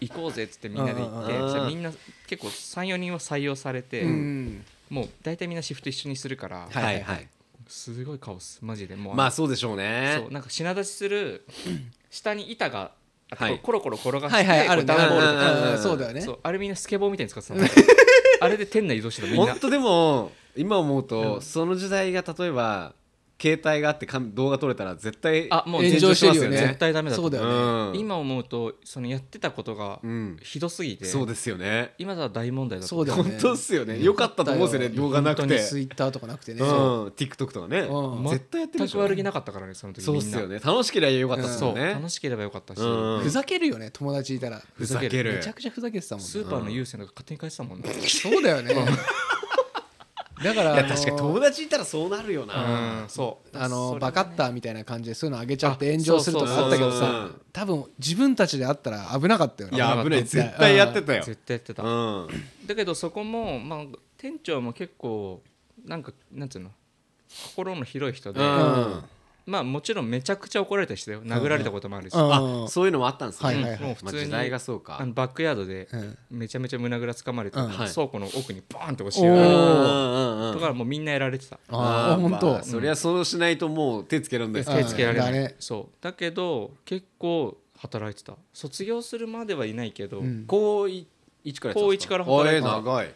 [SPEAKER 3] 行こうぜっつってみんなで行って
[SPEAKER 2] うんうんうん
[SPEAKER 3] そしたらみんな結構34人は採用されて、
[SPEAKER 1] うん
[SPEAKER 3] もう大体みんなシフト一緒にするから、
[SPEAKER 1] はい
[SPEAKER 2] はいはい
[SPEAKER 3] すごいカオスマジでもう
[SPEAKER 2] まあそうでしょうね
[SPEAKER 3] そうなんか品出しする下に板があって
[SPEAKER 2] はい
[SPEAKER 3] コロコロ転がして、
[SPEAKER 1] はいはい
[SPEAKER 3] こ
[SPEAKER 1] あ
[SPEAKER 3] う
[SPEAKER 1] るね
[SPEAKER 3] 段ボールとか
[SPEAKER 2] か
[SPEAKER 1] うんうんうんそうだよね
[SPEAKER 3] そうあれみんなスケボーみたいに使って
[SPEAKER 1] [laughs]
[SPEAKER 3] たのあれで店内移動してたみんな
[SPEAKER 2] 本当でも今思うと、その時代が例えば携帯があってかん動画撮れたら絶対
[SPEAKER 3] あもう
[SPEAKER 1] 炎上してるよ
[SPEAKER 2] 炎上しますよね
[SPEAKER 1] ね
[SPEAKER 3] 絶対ダメだと
[SPEAKER 1] そ
[SPEAKER 3] 思
[SPEAKER 1] うだ
[SPEAKER 2] う
[SPEAKER 1] よね
[SPEAKER 2] ん、
[SPEAKER 3] 今思うとそのやってたことが
[SPEAKER 2] うん
[SPEAKER 3] ひどすぎて、
[SPEAKER 2] そうですよね
[SPEAKER 3] 今では大問題だと
[SPEAKER 1] そ
[SPEAKER 3] 思
[SPEAKER 1] うだよ
[SPEAKER 2] 本
[SPEAKER 1] ね
[SPEAKER 2] 当っすよねよかったと思うんですよね動画なく
[SPEAKER 1] 本
[SPEAKER 2] て
[SPEAKER 1] 当にツイッターとかなくてね
[SPEAKER 2] うん
[SPEAKER 1] そう
[SPEAKER 2] TikTok とかね
[SPEAKER 1] うん
[SPEAKER 2] 絶対やってる
[SPEAKER 3] 全
[SPEAKER 2] でし
[SPEAKER 3] く
[SPEAKER 2] ょ
[SPEAKER 3] 悪気なかったからねその時
[SPEAKER 2] そうっ
[SPEAKER 3] みん
[SPEAKER 2] す
[SPEAKER 3] な
[SPEAKER 2] よね楽しければよかったっす
[SPEAKER 3] そ
[SPEAKER 2] も
[SPEAKER 3] うん
[SPEAKER 2] ね
[SPEAKER 3] 楽しければよかったし、
[SPEAKER 2] うん
[SPEAKER 1] ふざけるよね友達いたら
[SPEAKER 2] ふざける
[SPEAKER 3] ふざける
[SPEAKER 1] めちゃくちゃふざけてたもんね
[SPEAKER 3] スーパーの優先とか勝手に返してたもんね、
[SPEAKER 1] そうだよね [laughs] だから
[SPEAKER 2] い
[SPEAKER 1] あ
[SPEAKER 2] や
[SPEAKER 1] の
[SPEAKER 2] 確かに友達いたらそうなるよな、
[SPEAKER 3] うんそう
[SPEAKER 1] あの
[SPEAKER 3] それ
[SPEAKER 1] バカッターみたいな感じでそういうのあげちゃって炎上すると
[SPEAKER 3] あ
[SPEAKER 1] か
[SPEAKER 3] そう
[SPEAKER 1] あったけど
[SPEAKER 2] そうそう
[SPEAKER 1] さ
[SPEAKER 2] そう
[SPEAKER 1] 多分自分たちであったら危なかったよね
[SPEAKER 2] いや
[SPEAKER 1] 危
[SPEAKER 2] 危
[SPEAKER 1] なか
[SPEAKER 2] ない
[SPEAKER 1] った
[SPEAKER 2] 絶対やって
[SPEAKER 1] うん
[SPEAKER 2] たよ、
[SPEAKER 3] 絶対やってた、
[SPEAKER 2] うん、
[SPEAKER 3] だけどそこも、まあ、店長も結構なんかなんつうの心の広い人で、
[SPEAKER 2] うん
[SPEAKER 3] まあもちろんめちゃくちゃ怒られた人だよ殴られたこともあるし、
[SPEAKER 1] うん
[SPEAKER 2] あそういうのもあったんですね、
[SPEAKER 1] はいはいはい
[SPEAKER 3] もう普
[SPEAKER 2] まあ
[SPEAKER 3] 通に
[SPEAKER 2] 時代がそうか
[SPEAKER 3] あのバックヤードで
[SPEAKER 1] うん
[SPEAKER 3] めちゃめちゃ胸ぐらつかまれて、
[SPEAKER 1] うん
[SPEAKER 2] はい
[SPEAKER 3] 倉庫の奥にバーンって押し
[SPEAKER 1] お
[SPEAKER 3] 寄
[SPEAKER 2] うんう
[SPEAKER 3] せ
[SPEAKER 1] ー
[SPEAKER 2] んうん
[SPEAKER 3] だからもうみんなやられてた
[SPEAKER 1] ああ
[SPEAKER 2] ー
[SPEAKER 1] 本
[SPEAKER 2] ま
[SPEAKER 1] 当
[SPEAKER 2] そりゃそうしないともう手つけられないです
[SPEAKER 3] 手つけられない、
[SPEAKER 1] うんだね
[SPEAKER 3] そうだけど結構働いてた卒業するまではいないけど、
[SPEAKER 1] うん
[SPEAKER 2] 高一からやってたんです
[SPEAKER 3] 高一から働いて
[SPEAKER 2] あ
[SPEAKER 3] た
[SPEAKER 2] えー長い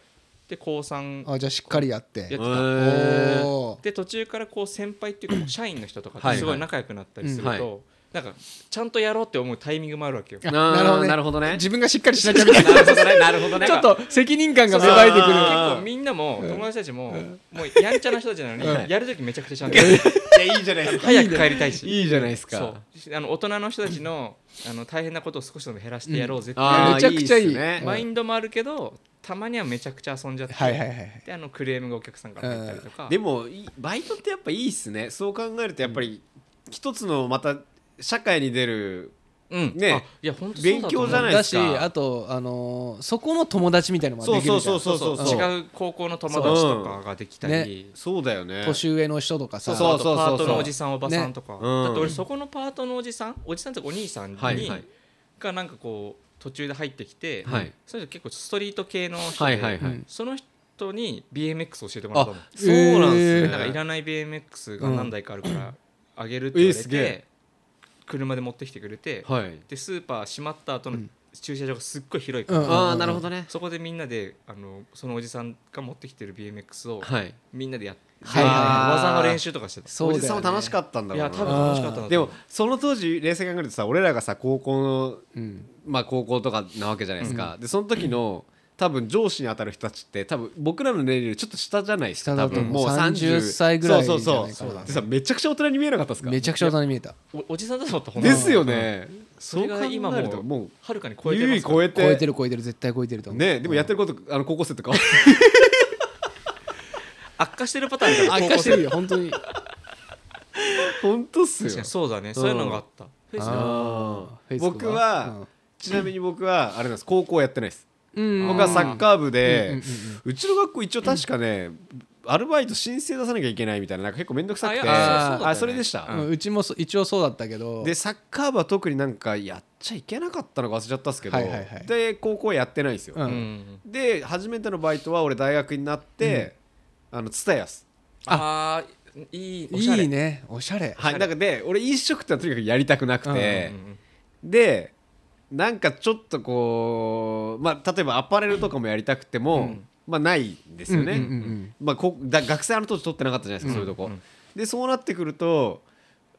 [SPEAKER 3] で高3
[SPEAKER 1] あじゃあしっかりやって
[SPEAKER 3] やってた
[SPEAKER 2] へー
[SPEAKER 1] おー
[SPEAKER 3] で途中からこう先輩っていうかもう社員の人とか
[SPEAKER 2] は
[SPEAKER 3] と
[SPEAKER 2] いはい
[SPEAKER 3] すごい仲良くなったりすると、
[SPEAKER 2] うんは
[SPEAKER 3] なんかちゃんとやろうって思うタイミングもあるわけよ。
[SPEAKER 1] あ
[SPEAKER 2] な
[SPEAKER 1] な
[SPEAKER 2] る
[SPEAKER 1] るほど
[SPEAKER 2] ほど
[SPEAKER 1] ね
[SPEAKER 2] ねなるほどね
[SPEAKER 1] 自分がしっかりしなきゃみたいな
[SPEAKER 2] [laughs] なるほどねなるほどね
[SPEAKER 1] ちょっと責任感が芽生えてくる
[SPEAKER 2] そうそう
[SPEAKER 3] 結構みんなも友達たちももうやんちゃな人たちなの
[SPEAKER 2] うん
[SPEAKER 3] にやる時めちゃくちゃちゃんとやる
[SPEAKER 2] いやいいじゃないですか
[SPEAKER 3] 早く帰りたいし
[SPEAKER 2] いいじゃないですか
[SPEAKER 3] そうあの大人の人たちのあの大変なことを少しでも減らしてやろうぜっていう、
[SPEAKER 2] あー
[SPEAKER 1] めちゃくちゃいい
[SPEAKER 2] っすね
[SPEAKER 1] うん
[SPEAKER 3] マインドもあるけどたまにはめちゃくちゃ遊んじゃって、
[SPEAKER 1] はいはいはいはい
[SPEAKER 3] であのクレームがお客さんから入ったりとか、
[SPEAKER 2] でもいバイトってやっぱいいっすねそう考えるとやっぱり一つのまた社会に出る
[SPEAKER 3] うん
[SPEAKER 2] ね
[SPEAKER 3] あいや本当そうだと
[SPEAKER 2] 勉強
[SPEAKER 3] 思う
[SPEAKER 2] じゃない
[SPEAKER 1] だ
[SPEAKER 2] です
[SPEAKER 1] し
[SPEAKER 2] か
[SPEAKER 1] あとあのーそこの友達みたいなのもできるじゃん
[SPEAKER 2] そうそう
[SPEAKER 3] そうそう
[SPEAKER 2] そう
[SPEAKER 3] 違う高校の友達とかができたり、
[SPEAKER 2] そうだよね
[SPEAKER 1] 年上の人とかさ
[SPEAKER 2] そうそう
[SPEAKER 3] あとパートのおじさんおばさんとか、
[SPEAKER 2] うん
[SPEAKER 3] だって俺そこのパートのおじさんおじさんとかお兄さんに、
[SPEAKER 2] はいはい
[SPEAKER 3] がなんかこう途中で入ってきて、
[SPEAKER 2] はい
[SPEAKER 3] それで結構ストリート系の人で、
[SPEAKER 2] はいはいはい、
[SPEAKER 1] うん
[SPEAKER 3] その人に BMX 教えてもらったもん
[SPEAKER 2] あそうなんすね
[SPEAKER 1] えー
[SPEAKER 3] なんかいらない BMX が何台かあるからあげるって
[SPEAKER 2] え
[SPEAKER 3] 言
[SPEAKER 2] ー
[SPEAKER 3] われ
[SPEAKER 2] すげえ
[SPEAKER 3] て車で持ってきてくれて
[SPEAKER 2] はい
[SPEAKER 3] でスーパー閉まった後の
[SPEAKER 1] うん
[SPEAKER 3] 駐車場がすっごい広いか
[SPEAKER 1] うん
[SPEAKER 3] ら
[SPEAKER 2] ああなるほどね
[SPEAKER 3] そこでみんなであのそのおじさんが持ってきてる BMX を
[SPEAKER 2] はい
[SPEAKER 3] みんなでやって
[SPEAKER 1] はいはいはい
[SPEAKER 3] 技の練習とかしてた
[SPEAKER 1] そう
[SPEAKER 2] お
[SPEAKER 1] だ
[SPEAKER 2] じ
[SPEAKER 1] よね
[SPEAKER 2] さんも楽しかったんだ
[SPEAKER 3] い
[SPEAKER 2] ろう
[SPEAKER 3] や
[SPEAKER 2] な
[SPEAKER 3] 多分楽しかったな
[SPEAKER 2] でもその当時冷静に考えるとさ俺らがさ高校の
[SPEAKER 1] うん
[SPEAKER 2] まあ高校とかなわけじゃないですか、でその時の多分上司に当たる人たちって多分僕らの年齢よりちょっと下じゃないです
[SPEAKER 1] 下
[SPEAKER 2] か
[SPEAKER 1] だ
[SPEAKER 2] 多
[SPEAKER 1] と
[SPEAKER 2] 分
[SPEAKER 1] 思う
[SPEAKER 2] もう
[SPEAKER 1] 30歳ぐらいじゃ
[SPEAKER 2] そ
[SPEAKER 1] な
[SPEAKER 2] う
[SPEAKER 1] いか
[SPEAKER 2] そ
[SPEAKER 1] な
[SPEAKER 2] うそうでさめちゃくちゃ大人に見えなかったですか
[SPEAKER 1] めちゃくちゃ大人に見えた
[SPEAKER 3] おおじさんだぞと思った
[SPEAKER 2] ですよね
[SPEAKER 3] それが今
[SPEAKER 2] そう考えると
[SPEAKER 3] も
[SPEAKER 2] も
[SPEAKER 3] う
[SPEAKER 2] う
[SPEAKER 3] はるかに超えて
[SPEAKER 2] 優
[SPEAKER 3] ま
[SPEAKER 2] 位
[SPEAKER 3] すか
[SPEAKER 2] 超えて
[SPEAKER 1] 超えてる超えてる絶対超えてると思う
[SPEAKER 2] ねでもやってることあの高校生とか [laughs]
[SPEAKER 3] ら悪化してるパターンだ
[SPEAKER 1] 悪化してる
[SPEAKER 3] よ
[SPEAKER 1] よ本当に
[SPEAKER 2] 本当っすよ
[SPEAKER 3] 確かにそうだねそういうのがあったフェイスが
[SPEAKER 1] あー
[SPEAKER 2] 僕は、ちなみに僕はあれなんです高校やってないです
[SPEAKER 1] うん
[SPEAKER 2] 僕はサッカー部
[SPEAKER 1] うんうん
[SPEAKER 2] で
[SPEAKER 1] うんうん
[SPEAKER 2] うちの学校一応確かねアルバイト申請出さなきゃいけないみたいななんか結構面倒くさくて
[SPEAKER 3] あい
[SPEAKER 1] あーそう
[SPEAKER 3] や
[SPEAKER 1] だった
[SPEAKER 3] ね
[SPEAKER 2] あそれでした
[SPEAKER 1] うんうちもそ一応そうだったけど
[SPEAKER 2] でサッカー部は特になんかやっちゃいけなかったのか忘れちゃったっすけど、
[SPEAKER 1] はいはいはい
[SPEAKER 2] で高校やってないんですよ、
[SPEAKER 1] うん
[SPEAKER 3] うん
[SPEAKER 2] で初めてのバイトは俺大学になって、あのツタヤス
[SPEAKER 3] ああいいおしゃれ
[SPEAKER 1] いいねおしゃれ
[SPEAKER 2] はいなんかで俺飲食ってのはとにかくやりたくなくて
[SPEAKER 3] うんう、ん
[SPEAKER 2] でなんかちょっとこう、まあ、例えばアパレルとかもやりたくても、
[SPEAKER 3] うん
[SPEAKER 2] まあないんですよね、
[SPEAKER 1] うんうんうん
[SPEAKER 2] まあ、こだ学生あの当時取ってなかったじゃないですか、そういうとこ、
[SPEAKER 3] うん
[SPEAKER 2] でそうなってくると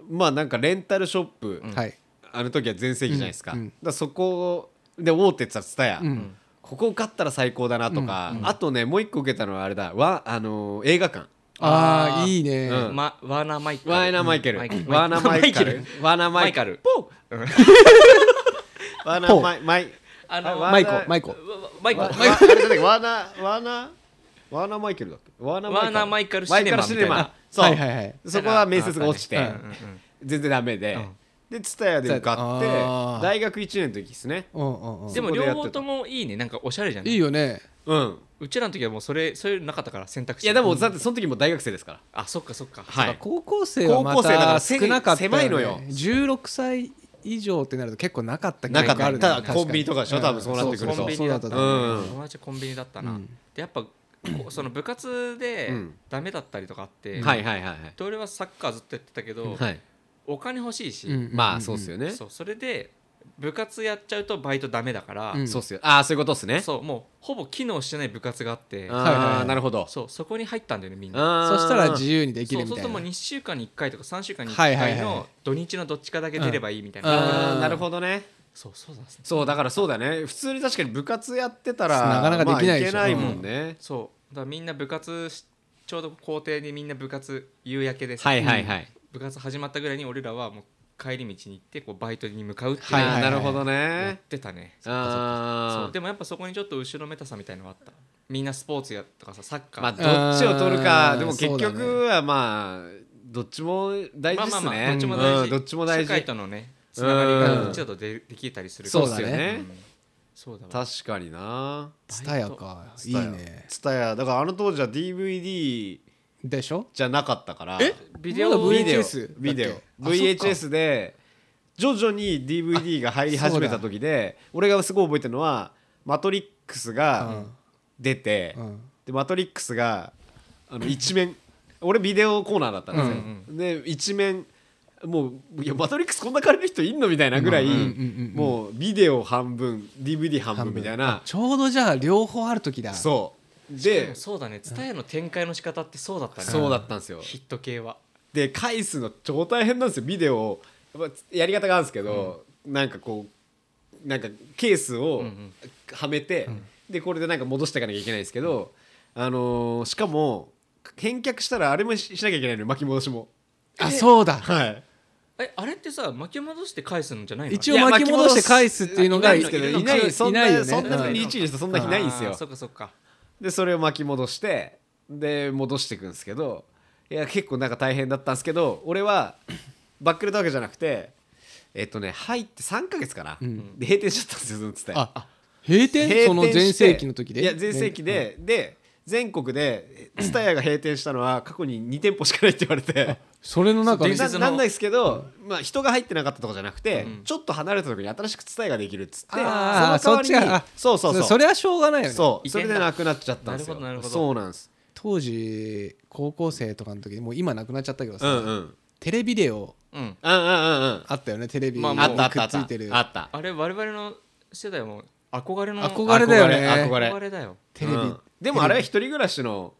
[SPEAKER 2] まあなんかレンタルショップ、
[SPEAKER 3] ん
[SPEAKER 1] はい
[SPEAKER 2] あの時は全盛期じゃないですか,、
[SPEAKER 1] うんうん
[SPEAKER 2] だからそこで大手って言ったら TSUTAYA、
[SPEAKER 1] うん
[SPEAKER 2] ここ受かったら最高だなとか、あとねもう一個受けたのはあれだわあのー映画館
[SPEAKER 1] あ
[SPEAKER 3] あ
[SPEAKER 1] あ
[SPEAKER 3] ー
[SPEAKER 1] いいね
[SPEAKER 2] うん
[SPEAKER 3] まワーナーマイケル
[SPEAKER 2] ワーナー・マイケル、
[SPEAKER 3] うん
[SPEAKER 2] ワーナー・マイケルワーナー・マ
[SPEAKER 3] マ
[SPEAKER 2] イ
[SPEAKER 3] イ
[SPEAKER 2] ケ
[SPEAKER 3] ケ
[SPEAKER 2] ル
[SPEAKER 3] ル
[SPEAKER 2] ポーワーナー・マイマイ
[SPEAKER 3] あの
[SPEAKER 2] ワーナー
[SPEAKER 1] マイコマイコ
[SPEAKER 3] マイ
[SPEAKER 2] わわ
[SPEAKER 3] ケル
[SPEAKER 2] あれじゃないワーナーワーナーワーナーマイケルだっけワーナー
[SPEAKER 3] ワーナーマイケルシネマみたいな
[SPEAKER 2] そう、
[SPEAKER 1] はいはいはい
[SPEAKER 2] そこは面接が落ちて、
[SPEAKER 1] あっ
[SPEAKER 3] う
[SPEAKER 1] た
[SPEAKER 3] んうんうん
[SPEAKER 2] 全然ダメで、
[SPEAKER 3] うん
[SPEAKER 2] でツタヤで受かって
[SPEAKER 1] あー
[SPEAKER 2] 大学1年の時ですね
[SPEAKER 1] うんうんうん
[SPEAKER 3] でも
[SPEAKER 2] そこでやって
[SPEAKER 3] 両
[SPEAKER 2] た
[SPEAKER 3] 方ともいいねなんかおしゃれじゃない
[SPEAKER 1] いいよね
[SPEAKER 2] うん
[SPEAKER 3] うちらの時はもうそれそういうのなかったから選択肢
[SPEAKER 2] いやでもだってその時もう大学生ですから
[SPEAKER 3] あそっかそっか
[SPEAKER 2] はい
[SPEAKER 1] 高校生はま
[SPEAKER 2] 高校生だか
[SPEAKER 1] た
[SPEAKER 2] らせ
[SPEAKER 1] 少なかったよね
[SPEAKER 2] 狭いのよ
[SPEAKER 1] 16歳以上ってなると結構なかった記
[SPEAKER 2] なかっ
[SPEAKER 1] 憶
[SPEAKER 2] た
[SPEAKER 1] あるね
[SPEAKER 2] ただ
[SPEAKER 1] 確かに
[SPEAKER 2] コンビニとかでしょ多分そうなってくると
[SPEAKER 1] そ
[SPEAKER 3] コン
[SPEAKER 1] う
[SPEAKER 3] ビ
[SPEAKER 1] そ
[SPEAKER 3] ニ
[SPEAKER 1] う
[SPEAKER 3] だ
[SPEAKER 1] だ
[SPEAKER 3] っ
[SPEAKER 1] ったたと
[SPEAKER 3] ね
[SPEAKER 2] う
[SPEAKER 1] 思うん
[SPEAKER 3] 友達コンビニだった
[SPEAKER 1] う
[SPEAKER 3] なんでやっぱこうその部活で
[SPEAKER 2] うん
[SPEAKER 3] ダメだったりとかあって
[SPEAKER 2] はいはいはい
[SPEAKER 3] で俺はサッカーずっとやってたけど
[SPEAKER 2] はい
[SPEAKER 3] お金欲しいし
[SPEAKER 1] うんうん
[SPEAKER 2] まあそうっすよね
[SPEAKER 3] そうそれで部活やっちゃうとバイトダメだから
[SPEAKER 1] うん
[SPEAKER 2] そうっすよああそういうことっすね
[SPEAKER 3] そうもうほぼ機能してない部活があっ
[SPEAKER 1] はいは
[SPEAKER 3] て
[SPEAKER 1] い
[SPEAKER 2] あ
[SPEAKER 1] は
[SPEAKER 2] あ
[SPEAKER 1] い
[SPEAKER 2] なるほど
[SPEAKER 3] そうそこに入ったんだよねみんな
[SPEAKER 2] あー
[SPEAKER 1] そしたら自由にでき
[SPEAKER 3] そう
[SPEAKER 1] る
[SPEAKER 3] そ
[SPEAKER 1] みたい
[SPEAKER 3] うすると
[SPEAKER 1] な
[SPEAKER 3] もう2週間に1回とか3週間に1
[SPEAKER 1] はいはいはい
[SPEAKER 3] 回の土日のどっちかだけ出ればいいみたいな、
[SPEAKER 2] あ
[SPEAKER 1] う
[SPEAKER 2] ー
[SPEAKER 1] ん
[SPEAKER 2] なるほどね
[SPEAKER 3] そうそうだそう
[SPEAKER 2] そうだからそうだね普通に確かに部活やってたら
[SPEAKER 1] なかなかできないでしょ
[SPEAKER 2] まあいけないもんね、
[SPEAKER 3] そうだからみんな部活しちょうど校庭にみんな部活夕焼けでさ
[SPEAKER 2] はいはいはい、
[SPEAKER 3] 部活始まったぐらいに俺らはもう帰り道に行ってこうバイトに向かうっていう
[SPEAKER 2] あ
[SPEAKER 1] は
[SPEAKER 2] ー
[SPEAKER 1] いはいはい
[SPEAKER 2] なるほど
[SPEAKER 3] やっ
[SPEAKER 2] ね
[SPEAKER 3] てたね
[SPEAKER 2] あ
[SPEAKER 3] そう
[SPEAKER 2] ー
[SPEAKER 3] でもやっぱそこにちょっと後ろめたさみたいのはあったみんなスポーツやとかさサッカー、
[SPEAKER 2] ま
[SPEAKER 1] あ
[SPEAKER 2] あどっちを取るか
[SPEAKER 1] うん
[SPEAKER 2] でも結
[SPEAKER 1] そうだ
[SPEAKER 2] 局
[SPEAKER 1] ね
[SPEAKER 2] はまあどっちも大事ですね、
[SPEAKER 3] どっちも大事,、
[SPEAKER 2] うんどっちも大
[SPEAKER 3] 社会と
[SPEAKER 2] 事
[SPEAKER 3] のねつながりが
[SPEAKER 2] うん
[SPEAKER 3] どっちだとでできたりするか
[SPEAKER 1] そ
[SPEAKER 3] ら
[SPEAKER 1] うだ
[SPEAKER 2] っすよ
[SPEAKER 1] ね
[SPEAKER 2] ね
[SPEAKER 3] んそうだわ
[SPEAKER 2] 確かにな
[SPEAKER 1] ツタヤかいいね
[SPEAKER 2] ツタヤだからあの当時は DVD
[SPEAKER 1] でしょ
[SPEAKER 2] じゃなかったから
[SPEAKER 3] ビデオ
[SPEAKER 1] まだ
[SPEAKER 2] ビデオ
[SPEAKER 1] VHS だっけ
[SPEAKER 2] ビデ
[SPEAKER 1] あ
[SPEAKER 2] オ
[SPEAKER 1] そっか
[SPEAKER 2] VHS で徐々に DVD が入り始めた時で俺がすごい覚えてるのは「マトリックス」
[SPEAKER 1] う
[SPEAKER 2] が
[SPEAKER 1] ん
[SPEAKER 2] 出て、
[SPEAKER 1] うん
[SPEAKER 2] で「マトリックスが」あの一面俺ビデオコーナーだったんですよ、で一面もう「いやマトリックスこんな借りる人いんの?」みたいなぐらい、
[SPEAKER 1] うんうんうんうん
[SPEAKER 2] もうビデオ半分 DVD 半分みたいな
[SPEAKER 1] ちょうどじゃあ両方ある時だ
[SPEAKER 2] そう
[SPEAKER 3] でも
[SPEAKER 2] で
[SPEAKER 3] そうだね蔦屋の展開の仕方ってそうだったね
[SPEAKER 2] そうだったんですよ
[SPEAKER 3] ヒット系は
[SPEAKER 2] で返すの超大変なんですよビデオをやっぱやり方があるんですけど、なんかこうなんかケースを
[SPEAKER 3] ん
[SPEAKER 2] はめて、でこれでなんか戻していかなきゃいけないんですけど、あのーしかも返却したらあれもししなきゃいけないのよ巻き戻しも
[SPEAKER 1] あそうだ
[SPEAKER 2] はい
[SPEAKER 3] えあれってさ巻き戻して返すんじゃないの
[SPEAKER 1] 一
[SPEAKER 2] い
[SPEAKER 1] 応
[SPEAKER 2] や
[SPEAKER 1] 巻き戻して返すっていうのが
[SPEAKER 2] 巻き戻すいないんですけどいない
[SPEAKER 1] 一応
[SPEAKER 2] そんない
[SPEAKER 1] よね
[SPEAKER 2] そんな
[SPEAKER 1] う
[SPEAKER 2] に一位したそんな日ないんですよ
[SPEAKER 3] あーそっかそっか
[SPEAKER 2] でそれを巻き戻してで戻していくんですけどいや結構なんか大変だったんですけど俺はバックれたわけじゃなくてえっとね入って3か月かな、
[SPEAKER 1] ん
[SPEAKER 2] で閉店しちゃったんですよそのつたや
[SPEAKER 1] あ閉
[SPEAKER 2] 閉
[SPEAKER 1] 店その
[SPEAKER 2] 店して
[SPEAKER 1] 全盛期の時で
[SPEAKER 2] いや全盛期で、で全国でツタヤが閉店したのは過去に2店舗しかないって言われて
[SPEAKER 1] それの中
[SPEAKER 3] で
[SPEAKER 1] に
[SPEAKER 2] な
[SPEAKER 3] 伝説の
[SPEAKER 2] なんないですけど、まあ、人が入ってなかったとかじゃなくて、
[SPEAKER 3] うん
[SPEAKER 2] ちょっと離れた時に新しくツタヤができるっつって
[SPEAKER 1] ああ
[SPEAKER 2] その
[SPEAKER 1] そっち
[SPEAKER 2] 代わりに
[SPEAKER 1] が
[SPEAKER 2] そうそうそう
[SPEAKER 1] それはしょうがないよね
[SPEAKER 2] そう
[SPEAKER 3] 違
[SPEAKER 2] そ
[SPEAKER 3] 憲
[SPEAKER 2] れ
[SPEAKER 3] だ
[SPEAKER 2] でなくなっちゃったんですよ
[SPEAKER 3] なるほどなるほど
[SPEAKER 2] そうなんです
[SPEAKER 1] 当時高校生とかの時もう今なくなっちゃったけど
[SPEAKER 2] う
[SPEAKER 1] さ、
[SPEAKER 2] んうん
[SPEAKER 1] テレビデオ
[SPEAKER 3] うん
[SPEAKER 2] うんうんうんうん
[SPEAKER 1] あったよねテレビ
[SPEAKER 3] まあ
[SPEAKER 1] に
[SPEAKER 3] まあ
[SPEAKER 1] くっついてる、
[SPEAKER 2] あった
[SPEAKER 3] あれ我々の世代も憧れの
[SPEAKER 1] 憧れだよね
[SPEAKER 2] 憧れ
[SPEAKER 3] 憧れだよ
[SPEAKER 1] テレビ、
[SPEAKER 2] うんでもあれは一人暮らしの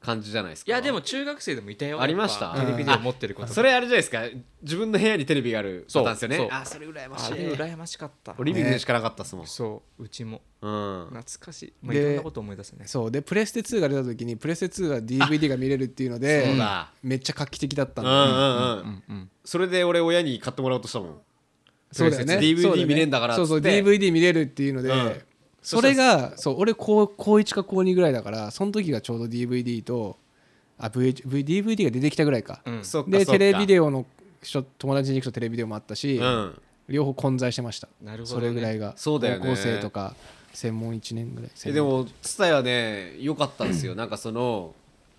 [SPEAKER 2] 感じじゃないですか
[SPEAKER 3] いやでも中学生でもいたよ
[SPEAKER 2] ありました
[SPEAKER 3] やっぱテレビで持ってる子とか
[SPEAKER 2] それあれじゃないですか自分の部屋にテレビがある
[SPEAKER 3] そう
[SPEAKER 2] パターンですよね
[SPEAKER 3] そう
[SPEAKER 2] あそれ羨ま
[SPEAKER 3] あ
[SPEAKER 2] し
[SPEAKER 3] れ
[SPEAKER 2] い
[SPEAKER 3] 羨ましかった
[SPEAKER 2] リビングでしかなかったっすもん、
[SPEAKER 3] そううちも
[SPEAKER 2] うん、
[SPEAKER 3] 懐かしい、まあ、
[SPEAKER 1] で
[SPEAKER 3] いろんなこと思い出すね
[SPEAKER 1] そうでプレステ2が出た時にプレステ2は DVD が見れるっていうので
[SPEAKER 2] そうだ
[SPEAKER 1] めっちゃ画期的だった
[SPEAKER 2] うんんう
[SPEAKER 1] だ
[SPEAKER 2] ん
[SPEAKER 1] よね
[SPEAKER 2] うん、
[SPEAKER 3] うん
[SPEAKER 2] それで俺親に買ってもらおうとしたもん
[SPEAKER 1] そうだよね
[SPEAKER 2] プレステ
[SPEAKER 1] そう
[SPEAKER 2] 2 DVD
[SPEAKER 1] だよね
[SPEAKER 2] 見れんだからっつ
[SPEAKER 1] そ
[SPEAKER 2] っ
[SPEAKER 1] う
[SPEAKER 2] て
[SPEAKER 1] そう DVD 見れるっていうので、
[SPEAKER 2] うん
[SPEAKER 1] それがそう俺高高1か高2ぐらいだからその時がちょうど DVD とあ VH v DVD が出てきたぐらいか、
[SPEAKER 3] うん
[SPEAKER 2] そっか
[SPEAKER 1] で
[SPEAKER 2] そっか
[SPEAKER 1] テレビデオの人友達に行くとテレビデオもあったし、
[SPEAKER 2] うん
[SPEAKER 1] 両方混在してました
[SPEAKER 3] なるほど
[SPEAKER 1] そ
[SPEAKER 3] ね
[SPEAKER 1] れぐらいが
[SPEAKER 2] そうだよね
[SPEAKER 1] 高校生とか専門1年ぐらい
[SPEAKER 2] えでも蔦屋ね良かったんですよなんかその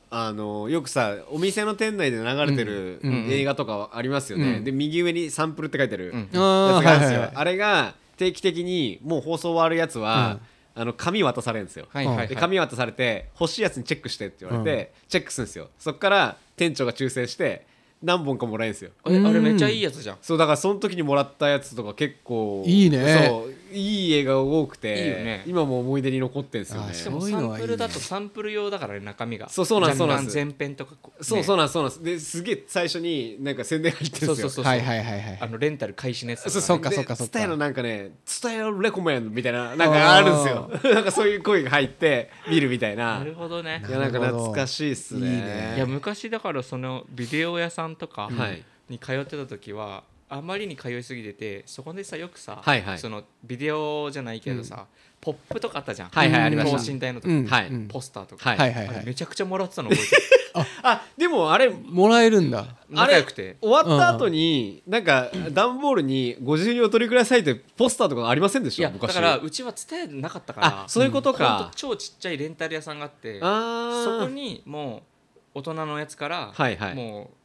[SPEAKER 2] あのよくさお店の店内で流れてる
[SPEAKER 1] うんうん
[SPEAKER 2] 映画とかありますよね、で右上にサンプルって書いてるや
[SPEAKER 3] ん
[SPEAKER 2] つ
[SPEAKER 1] あ
[SPEAKER 2] が
[SPEAKER 1] ー
[SPEAKER 2] あるんで
[SPEAKER 1] はい
[SPEAKER 2] すよ、
[SPEAKER 1] はいはい
[SPEAKER 2] あれが定期的にもう放送終わるやつは、あの紙渡されるんですよ、
[SPEAKER 3] はいはい、はい、
[SPEAKER 2] で紙渡されて欲しいやつにチェックしてって言われて、チェックするんですよそっから店長が抽選して何本かもらえるんですよ
[SPEAKER 3] あれあれめっちゃいいやつじゃん
[SPEAKER 2] そうだからその時にもらったやつとか結構
[SPEAKER 1] いいね
[SPEAKER 2] そういい映画が多くて
[SPEAKER 3] いいよね
[SPEAKER 2] 今も思い出に残ってるんですよね
[SPEAKER 1] あ
[SPEAKER 3] しか
[SPEAKER 1] そ
[SPEAKER 3] も
[SPEAKER 1] ういう
[SPEAKER 3] サ
[SPEAKER 1] の
[SPEAKER 3] ン
[SPEAKER 1] はいい
[SPEAKER 3] プ
[SPEAKER 1] ね
[SPEAKER 3] ルだとサンプル用だからね中身が
[SPEAKER 2] そうそうなんですそうなんです
[SPEAKER 3] 若干前編とかこう、ね
[SPEAKER 2] そうそうなんですそうなんですですげえ最初になんか宣伝が入ってるんですよ
[SPEAKER 3] そうそう
[SPEAKER 1] はいはいはいはい
[SPEAKER 3] あのレンタル開始のやつとか
[SPEAKER 1] そ
[SPEAKER 3] ね
[SPEAKER 1] うそうかそうかそうか
[SPEAKER 2] スタイルなんかねスタイルレコメンドみたいななんかあるんですよなんかそういう声が入って見るみたいな
[SPEAKER 3] なるほどね
[SPEAKER 2] いやなんか懐かしいっす
[SPEAKER 1] い
[SPEAKER 2] ね
[SPEAKER 1] い
[SPEAKER 3] いや昔だからそのビデオ屋さんとか
[SPEAKER 2] はい
[SPEAKER 3] に通ってた時は、あまりに通いすぎててそこでさよくさ、
[SPEAKER 2] はいはい
[SPEAKER 3] そのビデオじゃないけどさ、ポップとかあったじゃん、
[SPEAKER 2] はいはい
[SPEAKER 1] ありました
[SPEAKER 3] 等身大のとか、
[SPEAKER 1] うん
[SPEAKER 2] はい
[SPEAKER 1] うん
[SPEAKER 3] ポスターとか、
[SPEAKER 2] はい
[SPEAKER 1] はいはいは
[SPEAKER 3] あれめ
[SPEAKER 1] い
[SPEAKER 3] ちゃくちゃもら [laughs] ってたの覚えてる
[SPEAKER 2] あでもあれ
[SPEAKER 1] もらえるんだ
[SPEAKER 2] あ
[SPEAKER 3] 仲
[SPEAKER 2] れ
[SPEAKER 3] 良くて
[SPEAKER 2] 終わった後に、なんか段ボールにご自由にお取りくださいってポスターとかありませんでし
[SPEAKER 3] い
[SPEAKER 2] た
[SPEAKER 3] やだ
[SPEAKER 2] 昔
[SPEAKER 3] からうちは伝えなかったから
[SPEAKER 2] あそういうこと
[SPEAKER 3] ほん
[SPEAKER 2] か
[SPEAKER 3] と、超ちっちゃいレンタル屋さんがあって
[SPEAKER 2] あ
[SPEAKER 3] そこ
[SPEAKER 2] ー
[SPEAKER 3] にもう大人のやつから、
[SPEAKER 2] はいはい
[SPEAKER 3] もう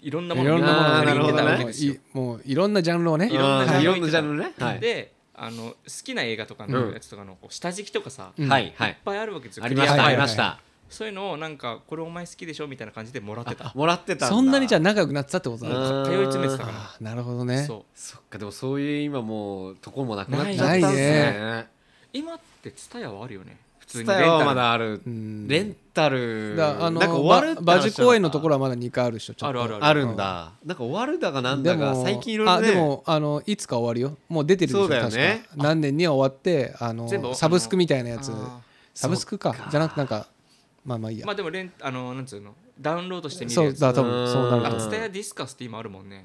[SPEAKER 3] いろんないもの
[SPEAKER 1] ろん
[SPEAKER 3] 見
[SPEAKER 1] なもの
[SPEAKER 2] あ
[SPEAKER 1] を
[SPEAKER 2] ー
[SPEAKER 1] 借り
[SPEAKER 2] なる
[SPEAKER 1] て
[SPEAKER 2] ほど
[SPEAKER 1] た
[SPEAKER 2] ね
[SPEAKER 1] わけですよもういろんなジャンルをね
[SPEAKER 2] いろんな
[SPEAKER 3] あー
[SPEAKER 2] いろんなジャンルねはい
[SPEAKER 3] であの好きな映画とかのやつとかのこう下敷きとかさ、
[SPEAKER 1] うん
[SPEAKER 2] はいはい
[SPEAKER 3] いっぱいあるわけですよ
[SPEAKER 2] ありまし
[SPEAKER 1] クリ
[SPEAKER 2] た
[SPEAKER 1] ア
[SPEAKER 2] あ
[SPEAKER 1] ファイ
[SPEAKER 2] り
[SPEAKER 1] ル
[SPEAKER 2] ました
[SPEAKER 3] そういうのをなんかこれお前好きでしょみたいな感じでもらってた
[SPEAKER 2] もらってただ
[SPEAKER 1] そんなにじゃあ仲良くなってたってことなんだ
[SPEAKER 2] うん
[SPEAKER 3] 通い詰めてたから
[SPEAKER 1] あーなるほどね
[SPEAKER 3] そ
[SPEAKER 2] そっかでもそういう今もうとこもなくなっちゃった
[SPEAKER 1] ない
[SPEAKER 2] んです
[SPEAKER 1] な
[SPEAKER 2] ね
[SPEAKER 3] う今ってツタヤはあるよね普通
[SPEAKER 2] ツ
[SPEAKER 3] に
[SPEAKER 2] タ
[SPEAKER 3] レ
[SPEAKER 2] ヤ
[SPEAKER 3] ンタ
[SPEAKER 2] は
[SPEAKER 3] ル
[SPEAKER 2] まだある
[SPEAKER 1] うん
[SPEAKER 2] レンタル
[SPEAKER 1] だからあの
[SPEAKER 2] なんか終わるって
[SPEAKER 1] バ
[SPEAKER 2] 話
[SPEAKER 1] バ
[SPEAKER 2] じゃなかっ
[SPEAKER 1] ジ
[SPEAKER 2] た
[SPEAKER 1] 公園のところはまだ2回あるでしょちょっと
[SPEAKER 3] あるある
[SPEAKER 2] あるんだなんか終わるだかなんだか最近いろいろ
[SPEAKER 1] あで
[SPEAKER 2] ね
[SPEAKER 1] もあのいつか終わるよもう出てるでし
[SPEAKER 2] そ
[SPEAKER 1] ょ
[SPEAKER 2] うだよ
[SPEAKER 1] 確か
[SPEAKER 2] ね
[SPEAKER 1] 何年には終わってあ
[SPEAKER 3] 全部
[SPEAKER 1] のサブスクみたいなやつ
[SPEAKER 3] あのあ
[SPEAKER 1] サブスクかじゃなくてなんかまあまあいいや、
[SPEAKER 3] まあでもレンあのなんつうのダウンロードしてみる
[SPEAKER 1] そう
[SPEAKER 3] やつ
[SPEAKER 1] だ多分そうなると
[SPEAKER 3] あ
[SPEAKER 1] 思
[SPEAKER 3] ツ
[SPEAKER 1] う
[SPEAKER 3] タヤディスカスって今あるもんね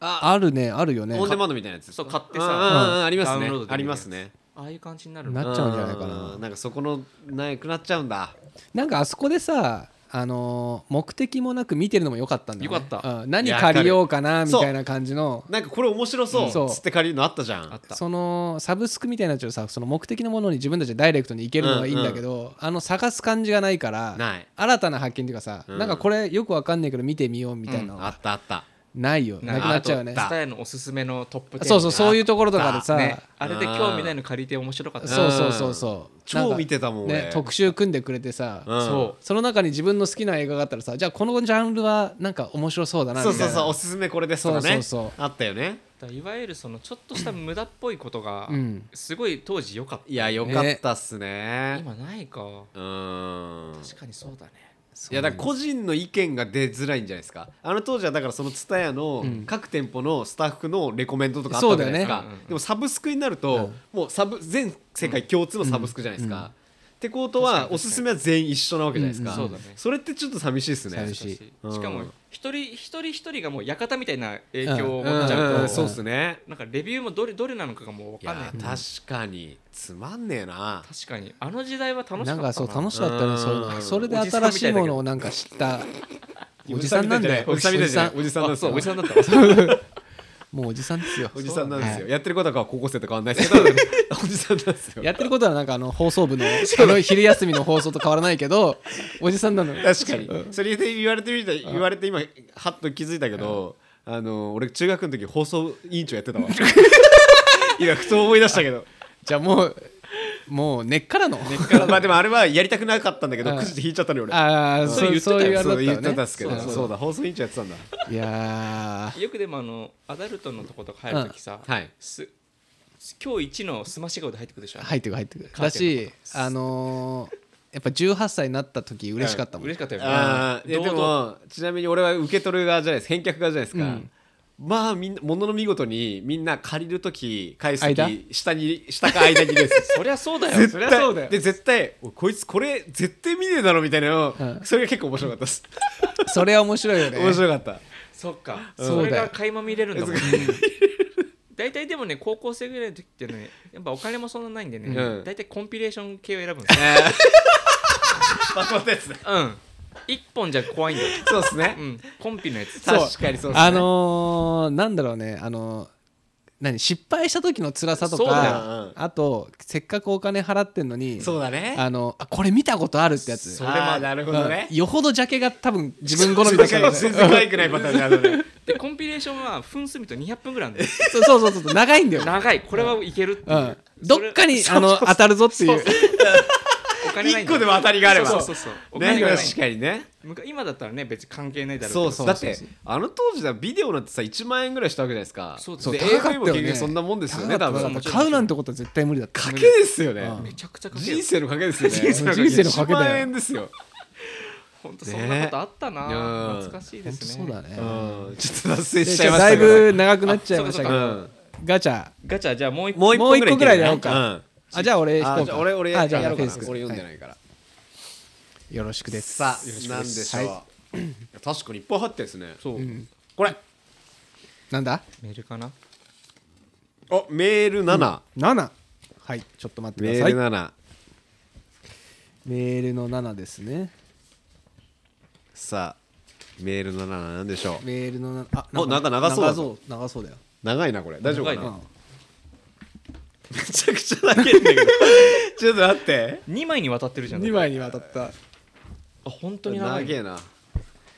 [SPEAKER 1] あるねあるよね
[SPEAKER 2] オンデマンドみたいなやつ
[SPEAKER 3] そう買って
[SPEAKER 2] うん
[SPEAKER 3] さ
[SPEAKER 2] うんうんあります
[SPEAKER 3] ダウン
[SPEAKER 2] ね
[SPEAKER 3] ロードできるやつ
[SPEAKER 2] ありますね
[SPEAKER 3] ああいう感じになる
[SPEAKER 1] なっちゃうんじゃないかなん
[SPEAKER 2] なんかそこのなくなっちゃうんだ
[SPEAKER 1] なんかあそこでさあのー目的もなく見てるのも良かったんだよ、ね、
[SPEAKER 3] よかった
[SPEAKER 1] うん何借りようかなみたいな感じの
[SPEAKER 2] なんかこれ面
[SPEAKER 1] う
[SPEAKER 2] 白
[SPEAKER 1] ん
[SPEAKER 2] そ
[SPEAKER 1] そう
[SPEAKER 2] うつって借りるのあったじゃん
[SPEAKER 3] あった
[SPEAKER 1] そのサブスクみたいなやつをさその目的のものに自分たちでダイレクトに行けるのはいいんだけど、あの探す感じがないから
[SPEAKER 2] ない
[SPEAKER 1] 新たな発見っていうかさ、
[SPEAKER 2] うん
[SPEAKER 1] なんかこれよくわかんないけど見てみようみたいなの
[SPEAKER 2] あ
[SPEAKER 1] は
[SPEAKER 2] ったあった
[SPEAKER 1] ないよ、
[SPEAKER 3] な
[SPEAKER 1] なくなっちゃうよね
[SPEAKER 3] ツタヤのおすすめのトップ10
[SPEAKER 1] そうそうそういうところとかでさ、
[SPEAKER 3] ねあれで興味ないの借りて面白かった
[SPEAKER 1] そうそうそうそう
[SPEAKER 2] 超
[SPEAKER 1] なんか
[SPEAKER 2] 見てたもん俺
[SPEAKER 1] ね特集組んでくれてさ、
[SPEAKER 2] うん
[SPEAKER 3] そ
[SPEAKER 1] その中に自分の好きな映画があったらさじゃあこのジャンルはなんか面白そうだなみ
[SPEAKER 2] そ
[SPEAKER 1] た
[SPEAKER 2] う
[SPEAKER 1] いな
[SPEAKER 2] そうそうおすすめこれですとかね
[SPEAKER 1] そうそう
[SPEAKER 2] あったよね
[SPEAKER 3] だからいわゆるそのちょっとした無駄っぽいことが
[SPEAKER 1] うん
[SPEAKER 3] すごい当時良かった、
[SPEAKER 2] いやよかったっすね
[SPEAKER 3] 今ないか
[SPEAKER 2] うーん
[SPEAKER 3] 確かにそうだね
[SPEAKER 2] いやだから個人の意見が出づらいんじゃないですかあの当時はだからその TSUTAYA の各店舗のスタッフのレコメンドとかあったわけじゃないですか、
[SPEAKER 3] そうだよね
[SPEAKER 2] でもサブスクになると、もうサブ全世界共通のサブスクじゃないですか、ってこと
[SPEAKER 3] 確か
[SPEAKER 2] は
[SPEAKER 3] に確かに
[SPEAKER 2] おすすめは全員一緒なわけじゃないですか、
[SPEAKER 3] うんうんそうだね
[SPEAKER 2] それってちょっと寂しいですね
[SPEAKER 1] 寂しい
[SPEAKER 3] し
[SPEAKER 2] うん
[SPEAKER 3] しかも一人一人一人がもう館みたいな影響
[SPEAKER 2] う
[SPEAKER 3] を
[SPEAKER 2] ん
[SPEAKER 3] 持っちゃうと、
[SPEAKER 2] うんそうっすね
[SPEAKER 3] なんかレビューもどれどれなのかがもう分
[SPEAKER 2] い
[SPEAKER 3] かんない
[SPEAKER 2] や確かにつまんねえな
[SPEAKER 3] 確かにあの時代は楽しかった
[SPEAKER 1] なんかそう楽
[SPEAKER 3] し
[SPEAKER 1] しかった
[SPEAKER 2] う
[SPEAKER 1] ね
[SPEAKER 2] ん
[SPEAKER 1] そういうのそれで新しいものをなんか知ったおじさんなんだよ
[SPEAKER 2] おじさんみたいじゃないお
[SPEAKER 1] お
[SPEAKER 2] じ
[SPEAKER 1] じ
[SPEAKER 2] さんなんです
[SPEAKER 3] そう
[SPEAKER 2] よ
[SPEAKER 3] おじさんだった
[SPEAKER 2] [laughs]
[SPEAKER 1] もうおじさんですよ
[SPEAKER 2] おじさんなんですよ、
[SPEAKER 1] は
[SPEAKER 2] やってることは高校生と変わんないです
[SPEAKER 3] [laughs]
[SPEAKER 2] けどおじさんなんですよ
[SPEAKER 1] いやってることはなんかあの放送部のあの昼休みの放送と変わらないけ
[SPEAKER 2] [laughs]
[SPEAKER 1] どおじさんなのよ
[SPEAKER 2] 確かにそれで言われてみた言われて今はっと気づいたけどあの俺中学の時放送委員長やってた [laughs] わ今ふと思い出したけど
[SPEAKER 1] じゃあもうもう根っからの
[SPEAKER 2] まあでもあれはやりたくなかったんだけど
[SPEAKER 1] うん
[SPEAKER 2] くじで引いちゃったね俺
[SPEAKER 1] ああ
[SPEAKER 2] そ
[SPEAKER 1] そうう
[SPEAKER 2] 言ってた
[SPEAKER 1] そういうあれだ
[SPEAKER 2] よそ
[SPEAKER 1] っ
[SPEAKER 2] う
[SPEAKER 1] た
[SPEAKER 2] 言
[SPEAKER 1] よ
[SPEAKER 2] っ
[SPEAKER 1] ね
[SPEAKER 2] てたんですけど
[SPEAKER 1] そうそう
[SPEAKER 2] そうだ放送委員長やってたんだ
[SPEAKER 1] いや
[SPEAKER 3] よくでもあのアダルトのとことか入るときさ、
[SPEAKER 2] うんはい
[SPEAKER 3] す今日一のスマシ顔で入ってくるでしょ、
[SPEAKER 1] ー入ってくる入ってくる
[SPEAKER 3] カー
[SPEAKER 1] だ
[SPEAKER 3] テンの
[SPEAKER 1] しあのーやっぱ18歳になった時嬉しかったもん、
[SPEAKER 3] 嬉しかったよね
[SPEAKER 2] あーいや
[SPEAKER 3] 堂
[SPEAKER 2] で
[SPEAKER 3] 々
[SPEAKER 2] もちなみに俺は受け取る側じゃないです返却側じゃないですか、
[SPEAKER 1] うん
[SPEAKER 2] まあみんなものの見事にみんな借りる時返す
[SPEAKER 1] 間
[SPEAKER 2] 時下に下か間にです [laughs]
[SPEAKER 3] そりゃそうだよ
[SPEAKER 2] 絶
[SPEAKER 1] そ
[SPEAKER 2] 対
[SPEAKER 1] りゃそうだよ
[SPEAKER 2] で絶対おいこいつこれ絶対見ねえだろみたいなの、
[SPEAKER 1] うん
[SPEAKER 2] それが結構面白かったです
[SPEAKER 1] それは面白いよね
[SPEAKER 2] 面白かった
[SPEAKER 3] そっか、
[SPEAKER 1] うん
[SPEAKER 3] それ
[SPEAKER 1] そうだ
[SPEAKER 3] が
[SPEAKER 1] よ
[SPEAKER 3] 垣間見れるんだもん、ね、 [laughs] 大体でもね高校生ぐらいの時ってねやっぱお金もそんなないんでね、
[SPEAKER 2] うん
[SPEAKER 3] 大体コンピレーション系を選ぶん
[SPEAKER 2] [laughs]
[SPEAKER 3] ですよ
[SPEAKER 2] まとまったやつね
[SPEAKER 3] うん一本じゃ怖いんだよ、
[SPEAKER 2] そうですね、
[SPEAKER 3] うん、コンピのやつ
[SPEAKER 2] 確かにそうですね
[SPEAKER 1] あのーなんだろうねあのー何失敗した時の辛さと
[SPEAKER 3] そうだ
[SPEAKER 2] よ
[SPEAKER 1] か
[SPEAKER 2] うん
[SPEAKER 1] あとせっかくお金払ってんのに
[SPEAKER 2] そうだね
[SPEAKER 1] あのあこれ見たことあるってやつ
[SPEAKER 2] それもあなるほどね
[SPEAKER 1] うんよほどジャケが多分自分好みだからそ
[SPEAKER 2] 全然可愛くないパターンであるね
[SPEAKER 3] でコンピレーションは分数見ると200分ぐらいなんで
[SPEAKER 1] うそうそうそう長いんだよ、
[SPEAKER 3] 長いこれはいけるっていうう、
[SPEAKER 1] ん、どっかにあの当たるぞっていう
[SPEAKER 3] お金ないん
[SPEAKER 2] 一
[SPEAKER 3] だ
[SPEAKER 2] 個
[SPEAKER 3] よ
[SPEAKER 2] でも当たりがあれば
[SPEAKER 3] そうそうそうお金
[SPEAKER 2] ね
[SPEAKER 3] がない、
[SPEAKER 2] 確かにね
[SPEAKER 3] むか今だったらね別に関係ないだろ
[SPEAKER 2] そう
[SPEAKER 3] けど
[SPEAKER 2] そうだってあの当時だビデオなんてさ1万円ぐらいしたわけじゃないですか
[SPEAKER 3] そうです
[SPEAKER 1] そう
[SPEAKER 2] で
[SPEAKER 1] 高かった
[SPEAKER 2] AV も
[SPEAKER 1] よ
[SPEAKER 2] 結
[SPEAKER 1] ね
[SPEAKER 2] 局そんなもんですよ
[SPEAKER 1] 高
[SPEAKER 2] ね
[SPEAKER 1] か
[SPEAKER 2] 多
[SPEAKER 1] った高
[SPEAKER 2] 分
[SPEAKER 1] かった買うなんてことは絶対無理だった
[SPEAKER 2] 賭けですよね、
[SPEAKER 1] うん
[SPEAKER 3] めちゃくちゃかける
[SPEAKER 2] 人生の賭けですよね
[SPEAKER 1] 人生の賭け人生の賭けだよ
[SPEAKER 2] 1万円ですよ、
[SPEAKER 3] 本当そんなことあったな、
[SPEAKER 2] ねうん
[SPEAKER 3] 懐かしいで
[SPEAKER 1] 本
[SPEAKER 3] す
[SPEAKER 1] 当
[SPEAKER 3] ね
[SPEAKER 1] そうだね
[SPEAKER 2] うん、ちょっと脱線
[SPEAKER 1] で
[SPEAKER 2] し
[SPEAKER 1] ち
[SPEAKER 2] ちゃ
[SPEAKER 1] ょっとだ
[SPEAKER 2] いました
[SPEAKER 1] い
[SPEAKER 2] けど
[SPEAKER 1] ぶ長くなっちゃいましたけ
[SPEAKER 2] う
[SPEAKER 1] ど
[SPEAKER 2] ん、
[SPEAKER 1] ガチャ
[SPEAKER 3] ガチャじゃあもう一個
[SPEAKER 2] もう
[SPEAKER 1] もう
[SPEAKER 2] 一
[SPEAKER 1] 一
[SPEAKER 2] 個
[SPEAKER 1] 個
[SPEAKER 2] ぐ
[SPEAKER 1] ぐ
[SPEAKER 2] ら
[SPEAKER 1] ら
[SPEAKER 2] い
[SPEAKER 1] いでやろ
[SPEAKER 2] でやろう
[SPEAKER 1] う
[SPEAKER 2] か
[SPEAKER 1] か
[SPEAKER 2] うん
[SPEAKER 1] あじゃあ俺引こうか
[SPEAKER 2] あじゃあ俺俺や
[SPEAKER 1] あじゃあ
[SPEAKER 2] やろうかな
[SPEAKER 1] フェイス君
[SPEAKER 2] 俺読んでないから、
[SPEAKER 1] よろしくです
[SPEAKER 2] さあ
[SPEAKER 1] よろしく
[SPEAKER 2] なん
[SPEAKER 1] で
[SPEAKER 2] ですしょう、
[SPEAKER 1] はい
[SPEAKER 2] や確かにいっぱい入ってるですね
[SPEAKER 3] そう、
[SPEAKER 2] これ
[SPEAKER 1] いなんだ
[SPEAKER 3] メールかな
[SPEAKER 2] あメール7、
[SPEAKER 1] 7はいちょっと待ってく
[SPEAKER 2] メ
[SPEAKER 1] ださ
[SPEAKER 2] ー
[SPEAKER 1] い
[SPEAKER 2] ル
[SPEAKER 1] メー
[SPEAKER 2] 7、
[SPEAKER 1] ルの7ですね
[SPEAKER 2] さあメールの7なんでしょう
[SPEAKER 1] メールの7あ
[SPEAKER 2] おなんか長そうだ
[SPEAKER 1] 長そう長そうだよ
[SPEAKER 2] 長いなこれ大丈夫かな、 [laughs]
[SPEAKER 3] 長いね
[SPEAKER 2] めちゃくちゃ投げるんだけど [laughs] ちょっと待って
[SPEAKER 3] 2枚にわたってるじゃん
[SPEAKER 1] 2枚にわたった
[SPEAKER 3] あ本当に長
[SPEAKER 2] 長
[SPEAKER 3] い
[SPEAKER 2] えな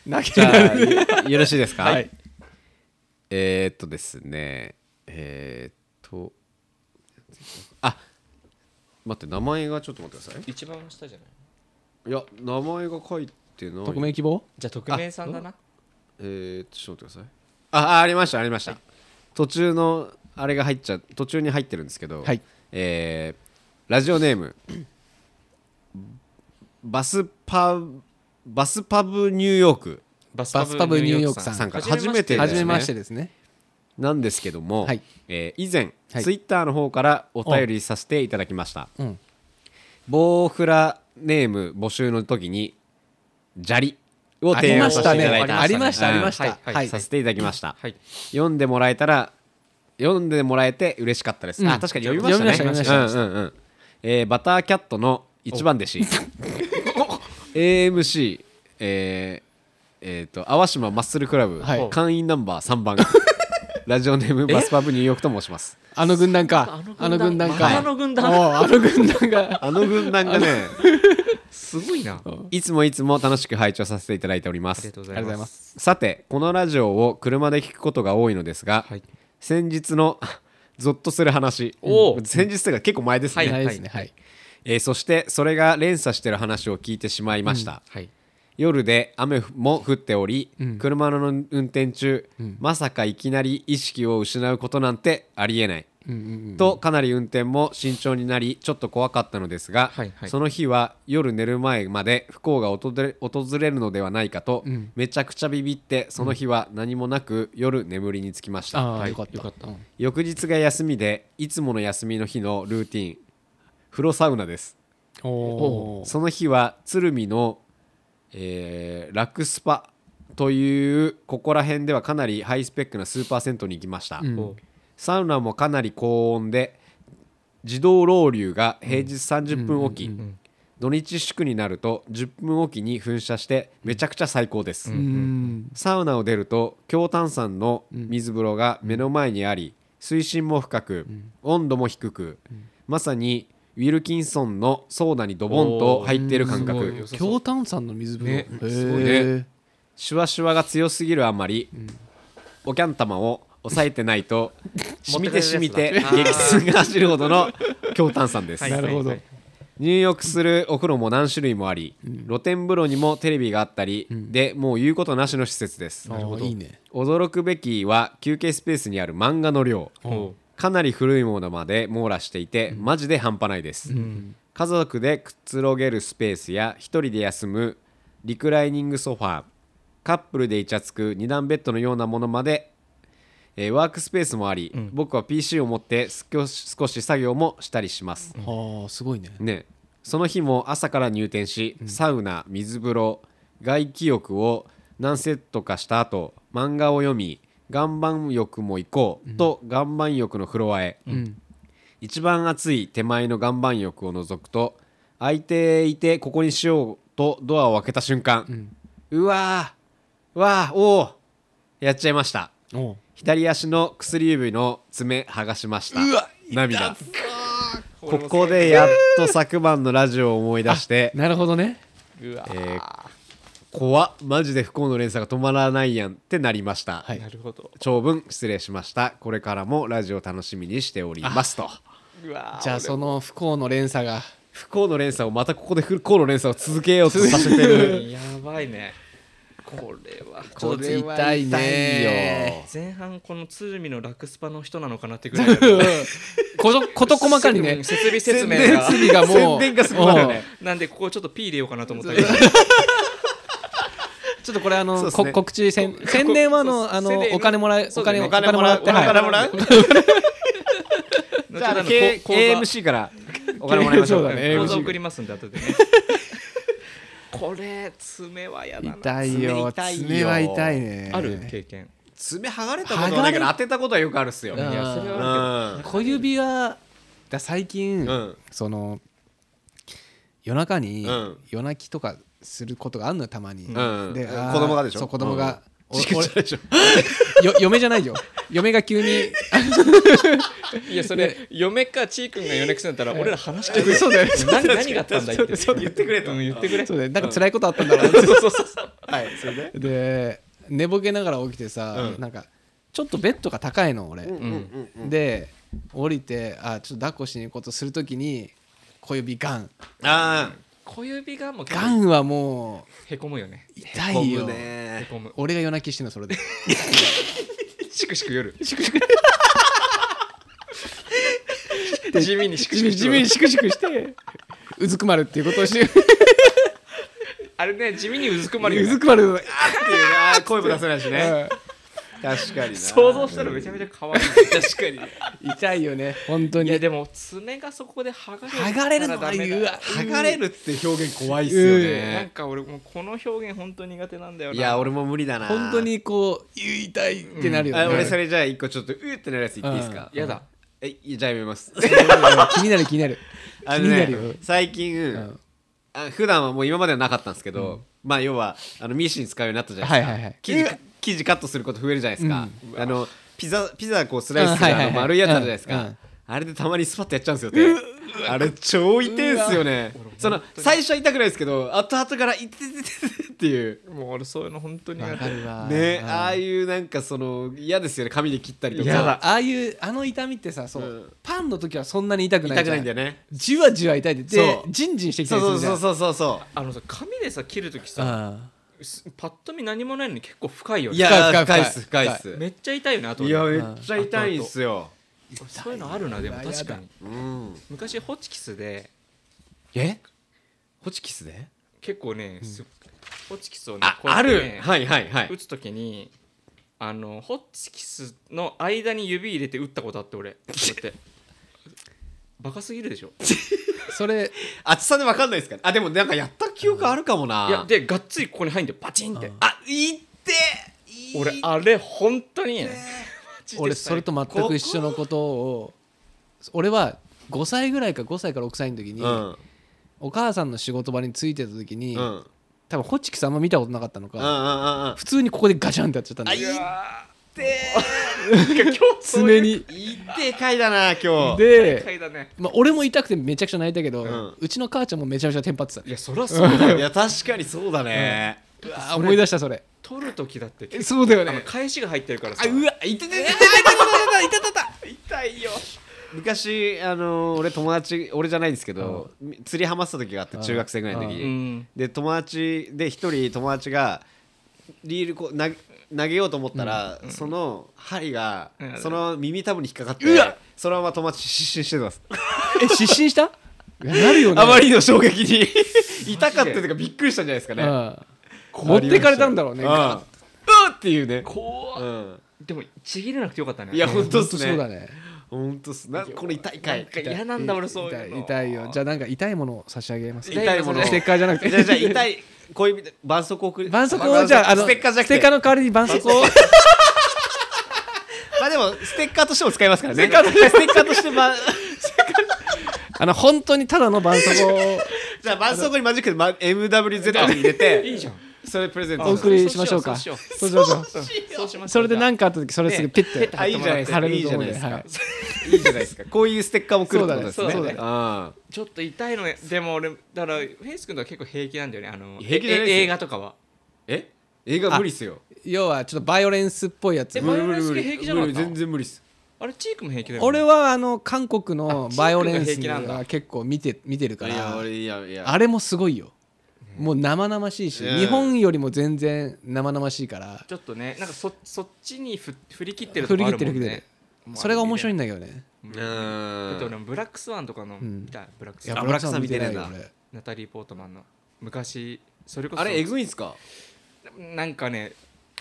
[SPEAKER 1] 長
[SPEAKER 2] じ
[SPEAKER 1] い
[SPEAKER 2] ゃあよよろしいですか
[SPEAKER 1] はい
[SPEAKER 2] えー、っとですねえー、っとあ待って名前がちょっと待ってくださ
[SPEAKER 3] 一番下じゃない
[SPEAKER 2] いいや名前が書いてない
[SPEAKER 1] 匿名希望
[SPEAKER 3] じゃあ匿名さんだな
[SPEAKER 2] えー、ちょっと待ってくださいああありましたありました、途中のあれが入っちゃ途中に入ってるんですけど、
[SPEAKER 1] はい
[SPEAKER 2] えーラジオネームバスパバスパブニューヨーク
[SPEAKER 3] バス
[SPEAKER 1] バスパブニューヨークさん
[SPEAKER 2] さんから
[SPEAKER 3] 初
[SPEAKER 2] 初
[SPEAKER 3] め
[SPEAKER 2] め
[SPEAKER 3] て
[SPEAKER 2] て
[SPEAKER 3] ですね
[SPEAKER 1] 初めましてですね
[SPEAKER 2] なんですけども、
[SPEAKER 1] はい
[SPEAKER 2] えー以前、
[SPEAKER 1] はい
[SPEAKER 2] ツイッターの方からお便りさせていただきました
[SPEAKER 1] うん
[SPEAKER 2] ボーフラネーム募集の時に砂利を
[SPEAKER 1] あ
[SPEAKER 2] 提
[SPEAKER 1] り
[SPEAKER 2] 案
[SPEAKER 1] ま
[SPEAKER 2] さ
[SPEAKER 1] し
[SPEAKER 2] せ
[SPEAKER 1] た
[SPEAKER 2] てい
[SPEAKER 1] ね
[SPEAKER 2] ただいた
[SPEAKER 1] ありましたあり
[SPEAKER 2] うん
[SPEAKER 1] ました
[SPEAKER 3] はい
[SPEAKER 1] はい
[SPEAKER 2] させていただきました、
[SPEAKER 3] はい
[SPEAKER 2] 読んでもらえたら読んでもらえて嬉しかったです、
[SPEAKER 1] うん
[SPEAKER 2] あ確かに読みましたね
[SPEAKER 1] 読みました読みました
[SPEAKER 2] うんうんうんえーバターキャットの一番弟子 AMC えーえーと淡島マッスルクラブ、
[SPEAKER 1] はい
[SPEAKER 2] 会員ナンバー3番
[SPEAKER 3] [laughs]
[SPEAKER 2] ラジオネームバスパブニューヨークと申します
[SPEAKER 1] あの軍団かあ
[SPEAKER 3] あの
[SPEAKER 1] の軍
[SPEAKER 3] 軍団
[SPEAKER 1] 団
[SPEAKER 3] ま
[SPEAKER 1] か
[SPEAKER 3] たあの軍
[SPEAKER 1] お
[SPEAKER 3] 団
[SPEAKER 1] うあの軍団が
[SPEAKER 2] あの軍団
[SPEAKER 3] [laughs]
[SPEAKER 2] がね
[SPEAKER 3] すごいなあ
[SPEAKER 2] いつもいつも楽しく拝聴させていただいておりま
[SPEAKER 3] りが
[SPEAKER 2] す
[SPEAKER 3] とう
[SPEAKER 1] ありがとうござ
[SPEAKER 3] ござい
[SPEAKER 1] い
[SPEAKER 3] ま
[SPEAKER 1] ますす
[SPEAKER 2] さてこのラジオを車で聞くことが多いのですが、
[SPEAKER 3] はい
[SPEAKER 2] 先日の [laughs] ゾッとする話
[SPEAKER 3] おー
[SPEAKER 2] 先日というか結構前ですね、
[SPEAKER 3] は
[SPEAKER 1] ないですねはい
[SPEAKER 2] えーそしてそれが連鎖してる話を聞いてしまいました、
[SPEAKER 3] はい
[SPEAKER 2] 夜で雨も降っており、
[SPEAKER 1] ん
[SPEAKER 2] 車の運転中、まさかいきなり意識を失うことなんてありえない、
[SPEAKER 1] うんうんうん
[SPEAKER 2] とかなり運転も慎重になりちょっと怖かったのですが、
[SPEAKER 3] はいはい
[SPEAKER 2] その日は夜寝る前まで不幸が訪れ訪れるのではないかと、
[SPEAKER 1] ん
[SPEAKER 2] めちゃくちゃビビってその日は何もなく夜眠りにつきました、
[SPEAKER 1] ああよかっ
[SPEAKER 3] よかった
[SPEAKER 1] たうん
[SPEAKER 2] 翌日が休みでいつもの休みの日のルーティン風呂サウナです
[SPEAKER 1] おー
[SPEAKER 2] その日は鶴見の、えーラクスパというここら辺ではかなりハイスペックなスーパー銭湯に行きました、
[SPEAKER 1] うん
[SPEAKER 3] お
[SPEAKER 2] サウナもかなり高温で自動老流が平日30分おき、
[SPEAKER 3] ん
[SPEAKER 2] 土日祝になると10分おきに噴射してめちゃくちゃ最高です、
[SPEAKER 1] うん
[SPEAKER 2] サウナを出ると強炭酸の水風呂が目の前にあり水深も深く温度も低くまさにウィルキンソンのソーダにドボンと入っている感
[SPEAKER 3] おーすごいよ
[SPEAKER 2] 覚
[SPEAKER 1] 強炭酸の水風
[SPEAKER 3] ね
[SPEAKER 1] 呂
[SPEAKER 3] すごい
[SPEAKER 1] ね
[SPEAKER 2] シュワシュワが強すぎるあまりおキャン玉を抑えてない
[SPEAKER 3] [laughs]
[SPEAKER 2] としみてしみて
[SPEAKER 3] 持って帰るや
[SPEAKER 2] 激
[SPEAKER 3] つだ
[SPEAKER 2] 痛が走るほどの強炭酸です
[SPEAKER 1] なるほど
[SPEAKER 3] はい
[SPEAKER 2] 入浴するお風呂も何種類もあり露天風呂にもテレビがあったりでもう言うことなしの施設です
[SPEAKER 1] なるほどいいね
[SPEAKER 2] 驚くべきは休憩スペースにある漫画の量
[SPEAKER 3] お
[SPEAKER 2] かなり古いものまで網羅していてマジで半端ないです、家族でくつろげるスペースや一人で休むリクライニングソファーカップルでイチャつく二段ベッドのようなものまで、えーワークスペースもあり、僕は PC を持って少し少し作業もしたりします、
[SPEAKER 1] はあすごいね
[SPEAKER 2] ねその日も朝から入店し、サウナ水風呂外気浴を何セットかした後漫画を読み岩盤浴も行こうと岩盤浴のフロアへ、一番暑い手前の岩盤浴を覗くと空いていてここにしようとドアを開けた瞬間、うわーわーおおやっちゃいました
[SPEAKER 1] おう
[SPEAKER 2] 左足の薬指の爪剥がしました涙ここでやっと昨晩のラジオを思い出して、
[SPEAKER 1] なるほどね
[SPEAKER 3] うわ
[SPEAKER 2] えー、怖っマジで不幸の連鎖が止まらないやんってなりました、
[SPEAKER 1] はい
[SPEAKER 3] なるほど
[SPEAKER 2] 長文失礼しましたこれからもラジオ楽しみにしておりますと
[SPEAKER 3] うわ
[SPEAKER 1] じゃあその不幸の連鎖が
[SPEAKER 2] 不幸の連鎖をまたここで不幸の連鎖を続けようとさせてる
[SPEAKER 3] やばいねこれは
[SPEAKER 1] ちょっと痛い
[SPEAKER 3] [laughs]
[SPEAKER 1] ね
[SPEAKER 3] 前半この鶴見の楽スパの人なのかなってぐらいだ
[SPEAKER 1] [laughs]
[SPEAKER 3] ね
[SPEAKER 1] こと事細かに
[SPEAKER 3] う
[SPEAKER 1] ね
[SPEAKER 3] ん設備説明が
[SPEAKER 1] 設備がもう
[SPEAKER 2] 宣伝がすごいよね
[SPEAKER 3] なんでここちょっと P 入れようかなと思ったけど
[SPEAKER 1] おうちょっとこれあ
[SPEAKER 2] そう
[SPEAKER 1] の、
[SPEAKER 2] っす
[SPEAKER 1] こ
[SPEAKER 2] ね
[SPEAKER 1] 告知宣宣伝はあ
[SPEAKER 3] そうっ
[SPEAKER 1] の
[SPEAKER 3] す
[SPEAKER 1] あの
[SPEAKER 3] 宣伝
[SPEAKER 1] お金もらえ
[SPEAKER 3] そ
[SPEAKER 1] お
[SPEAKER 3] うだ
[SPEAKER 1] 金
[SPEAKER 3] ね
[SPEAKER 1] お金もらって
[SPEAKER 2] お金もら
[SPEAKER 1] は
[SPEAKER 2] うお金もらうじ
[SPEAKER 3] 後
[SPEAKER 2] ゃあ
[SPEAKER 3] ほど
[SPEAKER 2] K-
[SPEAKER 3] こ
[SPEAKER 2] AMC からお金もらいましょう
[SPEAKER 1] [laughs] そうだね
[SPEAKER 3] 口
[SPEAKER 1] AMC
[SPEAKER 3] 座送りますんで後でねこれ爪はや
[SPEAKER 1] い
[SPEAKER 3] だな
[SPEAKER 1] 痛いよ
[SPEAKER 2] 爪痛いよ
[SPEAKER 1] 爪は痛いね
[SPEAKER 3] ある経験
[SPEAKER 2] 爪剥がれたことはないから当てたことはよくあるっすよ、
[SPEAKER 1] うん
[SPEAKER 3] いやそれ
[SPEAKER 2] う
[SPEAKER 3] はある
[SPEAKER 2] ん
[SPEAKER 1] 小指はだ最近、
[SPEAKER 2] うん
[SPEAKER 1] その夜中に、
[SPEAKER 2] うん
[SPEAKER 1] 夜泣きとかすることがあるのよたまに、
[SPEAKER 2] ん
[SPEAKER 1] であー
[SPEAKER 2] 子供がでしょ
[SPEAKER 1] そう子供が、お
[SPEAKER 2] ちくちゃでしょ
[SPEAKER 1] 俺よ嫁じゃないよ嫁が急に
[SPEAKER 2] [laughs]
[SPEAKER 3] けどいやそれ嫁かちーくんが嫁くせだったら俺ら話聞く
[SPEAKER 1] そうだよね
[SPEAKER 3] [laughs] 何何があったんだいって言ってくれと言ってくれ
[SPEAKER 1] そうだよなんか辛いことあったんだろうな
[SPEAKER 2] [laughs]
[SPEAKER 3] そうそうそうそう
[SPEAKER 2] はいそれで
[SPEAKER 1] で寝ぼけながら起きてさ、
[SPEAKER 2] うん
[SPEAKER 1] なんかちょっとベッドが高いの俺、
[SPEAKER 2] うん
[SPEAKER 1] で降りてあちょっと抱っこしに行こうとするときに小指ガン
[SPEAKER 2] あ
[SPEAKER 3] [laughs] 小指がもう
[SPEAKER 1] ガンはも
[SPEAKER 3] へこむよね
[SPEAKER 1] う
[SPEAKER 2] あ
[SPEAKER 1] 痛いよ、
[SPEAKER 3] へこむ
[SPEAKER 1] 俺が夜泣きしてんのそれ
[SPEAKER 2] [laughs]
[SPEAKER 1] で
[SPEAKER 3] しくしく夜 [laughs] 地味にしくしく
[SPEAKER 1] 地味にシクシクしてうずくまるっていうことをして
[SPEAKER 3] あれね地味にうずくまる
[SPEAKER 1] う
[SPEAKER 3] よね
[SPEAKER 1] ずくまる
[SPEAKER 2] っていうねあー声も出せないしね確かにな
[SPEAKER 3] 想像したらめちゃめちゃ可愛い確かに
[SPEAKER 1] 痛いよね本当
[SPEAKER 3] い
[SPEAKER 1] に
[SPEAKER 3] やでも爪がそこで剥がれ
[SPEAKER 1] 剥がれるの
[SPEAKER 3] ダ
[SPEAKER 1] は
[SPEAKER 3] メだ
[SPEAKER 1] うわ
[SPEAKER 2] 剥がれるって表現怖いっすよ
[SPEAKER 3] なん
[SPEAKER 2] ね
[SPEAKER 3] か俺もうこの表現本当苦手なんだよない
[SPEAKER 2] や俺も無理だな
[SPEAKER 1] 本当にこう痛いってなるよね、
[SPEAKER 2] あ俺それじゃあ一個ちょっとうーってなるやつ言っていいですか
[SPEAKER 3] やだ
[SPEAKER 2] えじゃあやめます
[SPEAKER 1] [laughs] 気になる気になる
[SPEAKER 2] あ
[SPEAKER 1] 気
[SPEAKER 2] の
[SPEAKER 1] にな
[SPEAKER 2] ね
[SPEAKER 1] るよ
[SPEAKER 2] 最近、
[SPEAKER 1] ん
[SPEAKER 2] あ普段はもう今まではなかったんですけど、まあ要はあのミシン使うようになったじゃないですか、
[SPEAKER 1] はいはいはい
[SPEAKER 2] 生地か生地カットすること増えるじゃないですか、あのピザピザこうスライスする
[SPEAKER 1] うんはいはいは
[SPEAKER 2] あの
[SPEAKER 1] い
[SPEAKER 2] 丸いやつあるじゃないですか、
[SPEAKER 1] うんうん
[SPEAKER 2] あれでたまにスパッてやっちゃうんですよ手あれ超痛いですよねその最初は痛くないですけど後々から痛い痛い痛い痛いっていう
[SPEAKER 3] もう俺そういうの本当に
[SPEAKER 1] わ
[SPEAKER 3] 苦
[SPEAKER 1] か
[SPEAKER 3] 手
[SPEAKER 1] るわ
[SPEAKER 2] ね
[SPEAKER 1] うん
[SPEAKER 2] ああいうなんかその嫌ですよね紙で切ったりとか
[SPEAKER 1] そうああいうあの痛みってさそう、
[SPEAKER 2] うん
[SPEAKER 1] パンの時はそんなに痛くないじゃ
[SPEAKER 2] 痛くないんだよね
[SPEAKER 1] じわじわ痛いでで
[SPEAKER 2] そう
[SPEAKER 1] ジンジンしてきた
[SPEAKER 2] そう
[SPEAKER 1] りす
[SPEAKER 2] そ
[SPEAKER 1] る
[SPEAKER 2] う
[SPEAKER 1] じゃん
[SPEAKER 2] そうそうそうそ
[SPEAKER 3] あのさ髪でさ切るときさ
[SPEAKER 1] あ
[SPEAKER 3] すパッと見何もないのに結構深いよ
[SPEAKER 2] う
[SPEAKER 3] ね
[SPEAKER 2] いや
[SPEAKER 1] 深い深い
[SPEAKER 2] 深いっす深いっす
[SPEAKER 3] めっちゃ痛いよね後
[SPEAKER 2] い
[SPEAKER 3] で
[SPEAKER 2] やめっちゃ痛いんすよ
[SPEAKER 3] そういうのあるなでも
[SPEAKER 1] 痛い
[SPEAKER 3] 確かに
[SPEAKER 2] うん
[SPEAKER 3] 昔ホチキスで
[SPEAKER 2] えホチキスで
[SPEAKER 3] 結構ね、すホチキスをね
[SPEAKER 2] あ
[SPEAKER 3] こうや
[SPEAKER 2] あ
[SPEAKER 3] って
[SPEAKER 2] る
[SPEAKER 3] ね
[SPEAKER 2] はいはいはい
[SPEAKER 3] 打つ時にあのホチキスの間に指入れて打ったことあって俺こうやってバカすぎるでしょ
[SPEAKER 1] ーそ
[SPEAKER 2] [laughs]
[SPEAKER 1] れ
[SPEAKER 2] 厚さでわかんないですかねあでもなんかやった記憶あるかもない
[SPEAKER 3] やでがっつりここに入んでパチンって
[SPEAKER 1] うん
[SPEAKER 2] あいってい
[SPEAKER 3] 俺あれ本当に
[SPEAKER 1] 俺それと
[SPEAKER 2] こ
[SPEAKER 1] 全
[SPEAKER 2] こ
[SPEAKER 1] く一緒のことを俺は5歳ぐらいか5歳から6歳の時に、
[SPEAKER 2] うん
[SPEAKER 1] お母さんの仕事場についてた時に、
[SPEAKER 2] うんうん
[SPEAKER 1] 多分ホチキスあんま見たことなかったの
[SPEAKER 2] うん
[SPEAKER 1] か、
[SPEAKER 2] あ
[SPEAKER 1] 普通にここでガチャンってやっちゃったんだ
[SPEAKER 2] いっ
[SPEAKER 1] よ
[SPEAKER 2] て
[SPEAKER 1] 常に
[SPEAKER 2] いってかいだな今日
[SPEAKER 1] で、
[SPEAKER 3] 回だね
[SPEAKER 1] まあ、俺も痛くてめちゃくちゃ泣いたけど、うんちの母ちゃんもめちゃめちゃテンパってた
[SPEAKER 3] いやそりゃそうだよ
[SPEAKER 2] いや確かにそうだね
[SPEAKER 1] うわー思い出したそれ
[SPEAKER 3] 取る時だって
[SPEAKER 1] えそうだよ
[SPEAKER 3] あの
[SPEAKER 1] ね
[SPEAKER 3] 返しが入ってるからさ
[SPEAKER 2] あうわいてててて
[SPEAKER 3] 痛いよ
[SPEAKER 2] 昔あのー俺友達俺じゃないですけど釣りハマってた時があって中学生ぐらいの時
[SPEAKER 3] う
[SPEAKER 2] に
[SPEAKER 3] ん
[SPEAKER 2] で友達で一人友達がリールこう投げ投げようと思ったら、その針が
[SPEAKER 3] うん
[SPEAKER 2] その耳たぶに引っかかって
[SPEAKER 1] うわ
[SPEAKER 2] そのまま友達失神してたんです
[SPEAKER 1] え失神したいやなるよね
[SPEAKER 2] あまりの衝撃に痛かったというかびっくりしたんじゃないですかねう
[SPEAKER 1] ああ持ってかれたんだろうね
[SPEAKER 2] んう
[SPEAKER 1] ガーッ
[SPEAKER 2] わっていうね
[SPEAKER 3] 怖っ
[SPEAKER 2] うん
[SPEAKER 3] でもちぎれなくてよかったね
[SPEAKER 2] いや
[SPEAKER 1] ほ
[SPEAKER 2] 本
[SPEAKER 1] ん
[SPEAKER 2] 当
[SPEAKER 1] と
[SPEAKER 2] っす
[SPEAKER 1] そうだ
[SPEAKER 2] ね
[SPEAKER 1] ね
[SPEAKER 2] 本当っすなこれ痛いか
[SPEAKER 3] ないんか嫌なんだ俺そういう
[SPEAKER 1] 痛
[SPEAKER 3] の
[SPEAKER 1] い痛いよじゃあなんか痛いものを差し上げます
[SPEAKER 3] 痛い
[SPEAKER 2] 痛いもの
[SPEAKER 1] ステッカーじゃなくて
[SPEAKER 2] じゃあじゃ
[SPEAKER 1] [laughs]
[SPEAKER 2] あ痛い恋人絆創膏送る
[SPEAKER 1] 絆創膏をじゃああの
[SPEAKER 2] ステッカーじゃな
[SPEAKER 1] ス
[SPEAKER 2] く
[SPEAKER 1] テッ
[SPEAKER 2] て
[SPEAKER 1] カーの代わりに絆創膏を
[SPEAKER 2] まあでもステッカーとしても使えますからねステッカーとしてステッカーとして、まあ、
[SPEAKER 1] あの本当にただの絆創膏
[SPEAKER 2] じゃあ絆創膏にマジックで、ま、MWZ に入れて
[SPEAKER 3] いいじゃん
[SPEAKER 2] それプレゼン
[SPEAKER 1] をお
[SPEAKER 2] ト
[SPEAKER 1] 送りしましょうか
[SPEAKER 3] そうしよ
[SPEAKER 1] そうしましょう
[SPEAKER 3] そうしましょう
[SPEAKER 1] それで何かあった時それすぐピッて
[SPEAKER 2] あいいじゃないです
[SPEAKER 1] 貼
[SPEAKER 2] か
[SPEAKER 1] れ
[SPEAKER 2] いい
[SPEAKER 1] ると
[SPEAKER 2] じゃ
[SPEAKER 1] 思う
[SPEAKER 2] ない
[SPEAKER 1] んで
[SPEAKER 2] で
[SPEAKER 1] すは
[SPEAKER 2] か
[SPEAKER 1] い
[SPEAKER 2] いいじゃないですかこういうステッカーも来るってことですね
[SPEAKER 3] そうだねそう
[SPEAKER 2] あ
[SPEAKER 3] ちょっと痛いのねでも俺だからフェイス君とは結構平気なんだよねあの
[SPEAKER 2] 平気じゃないですよ
[SPEAKER 3] え映画とかは
[SPEAKER 2] え映画無理っすよ
[SPEAKER 1] 要はちょっとバイオレンスっぽいやつ
[SPEAKER 3] えバイオレンス系平気じゃなかっ
[SPEAKER 2] 無
[SPEAKER 3] た
[SPEAKER 2] 理無理全然無理っす
[SPEAKER 3] あれチークも平気だよね
[SPEAKER 1] 俺はあの韓国のバイオレンス
[SPEAKER 3] あチークが平気なん
[SPEAKER 1] が
[SPEAKER 3] だ
[SPEAKER 1] 結構見て見てる
[SPEAKER 2] い
[SPEAKER 1] から
[SPEAKER 2] いやい
[SPEAKER 1] あれもすごいよもう生々しいし
[SPEAKER 2] うん
[SPEAKER 1] 日本よりも全然生々しいから
[SPEAKER 3] ちょっとねなんかそそっちにふ振り切ってる
[SPEAKER 1] 振
[SPEAKER 3] と
[SPEAKER 1] り
[SPEAKER 3] こ
[SPEAKER 1] 切
[SPEAKER 3] あ
[SPEAKER 1] っ
[SPEAKER 3] る
[SPEAKER 1] て
[SPEAKER 3] も
[SPEAKER 1] る
[SPEAKER 3] ん
[SPEAKER 1] 振り切っ
[SPEAKER 3] ね
[SPEAKER 1] てそれが面白いん
[SPEAKER 3] だ
[SPEAKER 1] だけどね
[SPEAKER 2] うん
[SPEAKER 3] だって俺もブラックスワンとかの
[SPEAKER 1] ん
[SPEAKER 3] 見たブラック
[SPEAKER 1] い
[SPEAKER 3] ス
[SPEAKER 1] や
[SPEAKER 3] ワン
[SPEAKER 2] あ
[SPEAKER 1] ブラックさん
[SPEAKER 2] ブラックさん見てないな
[SPEAKER 1] 見てよ
[SPEAKER 3] ナタリー・ポートマンの昔それこそ
[SPEAKER 2] あれえぐいんすか
[SPEAKER 3] なんかね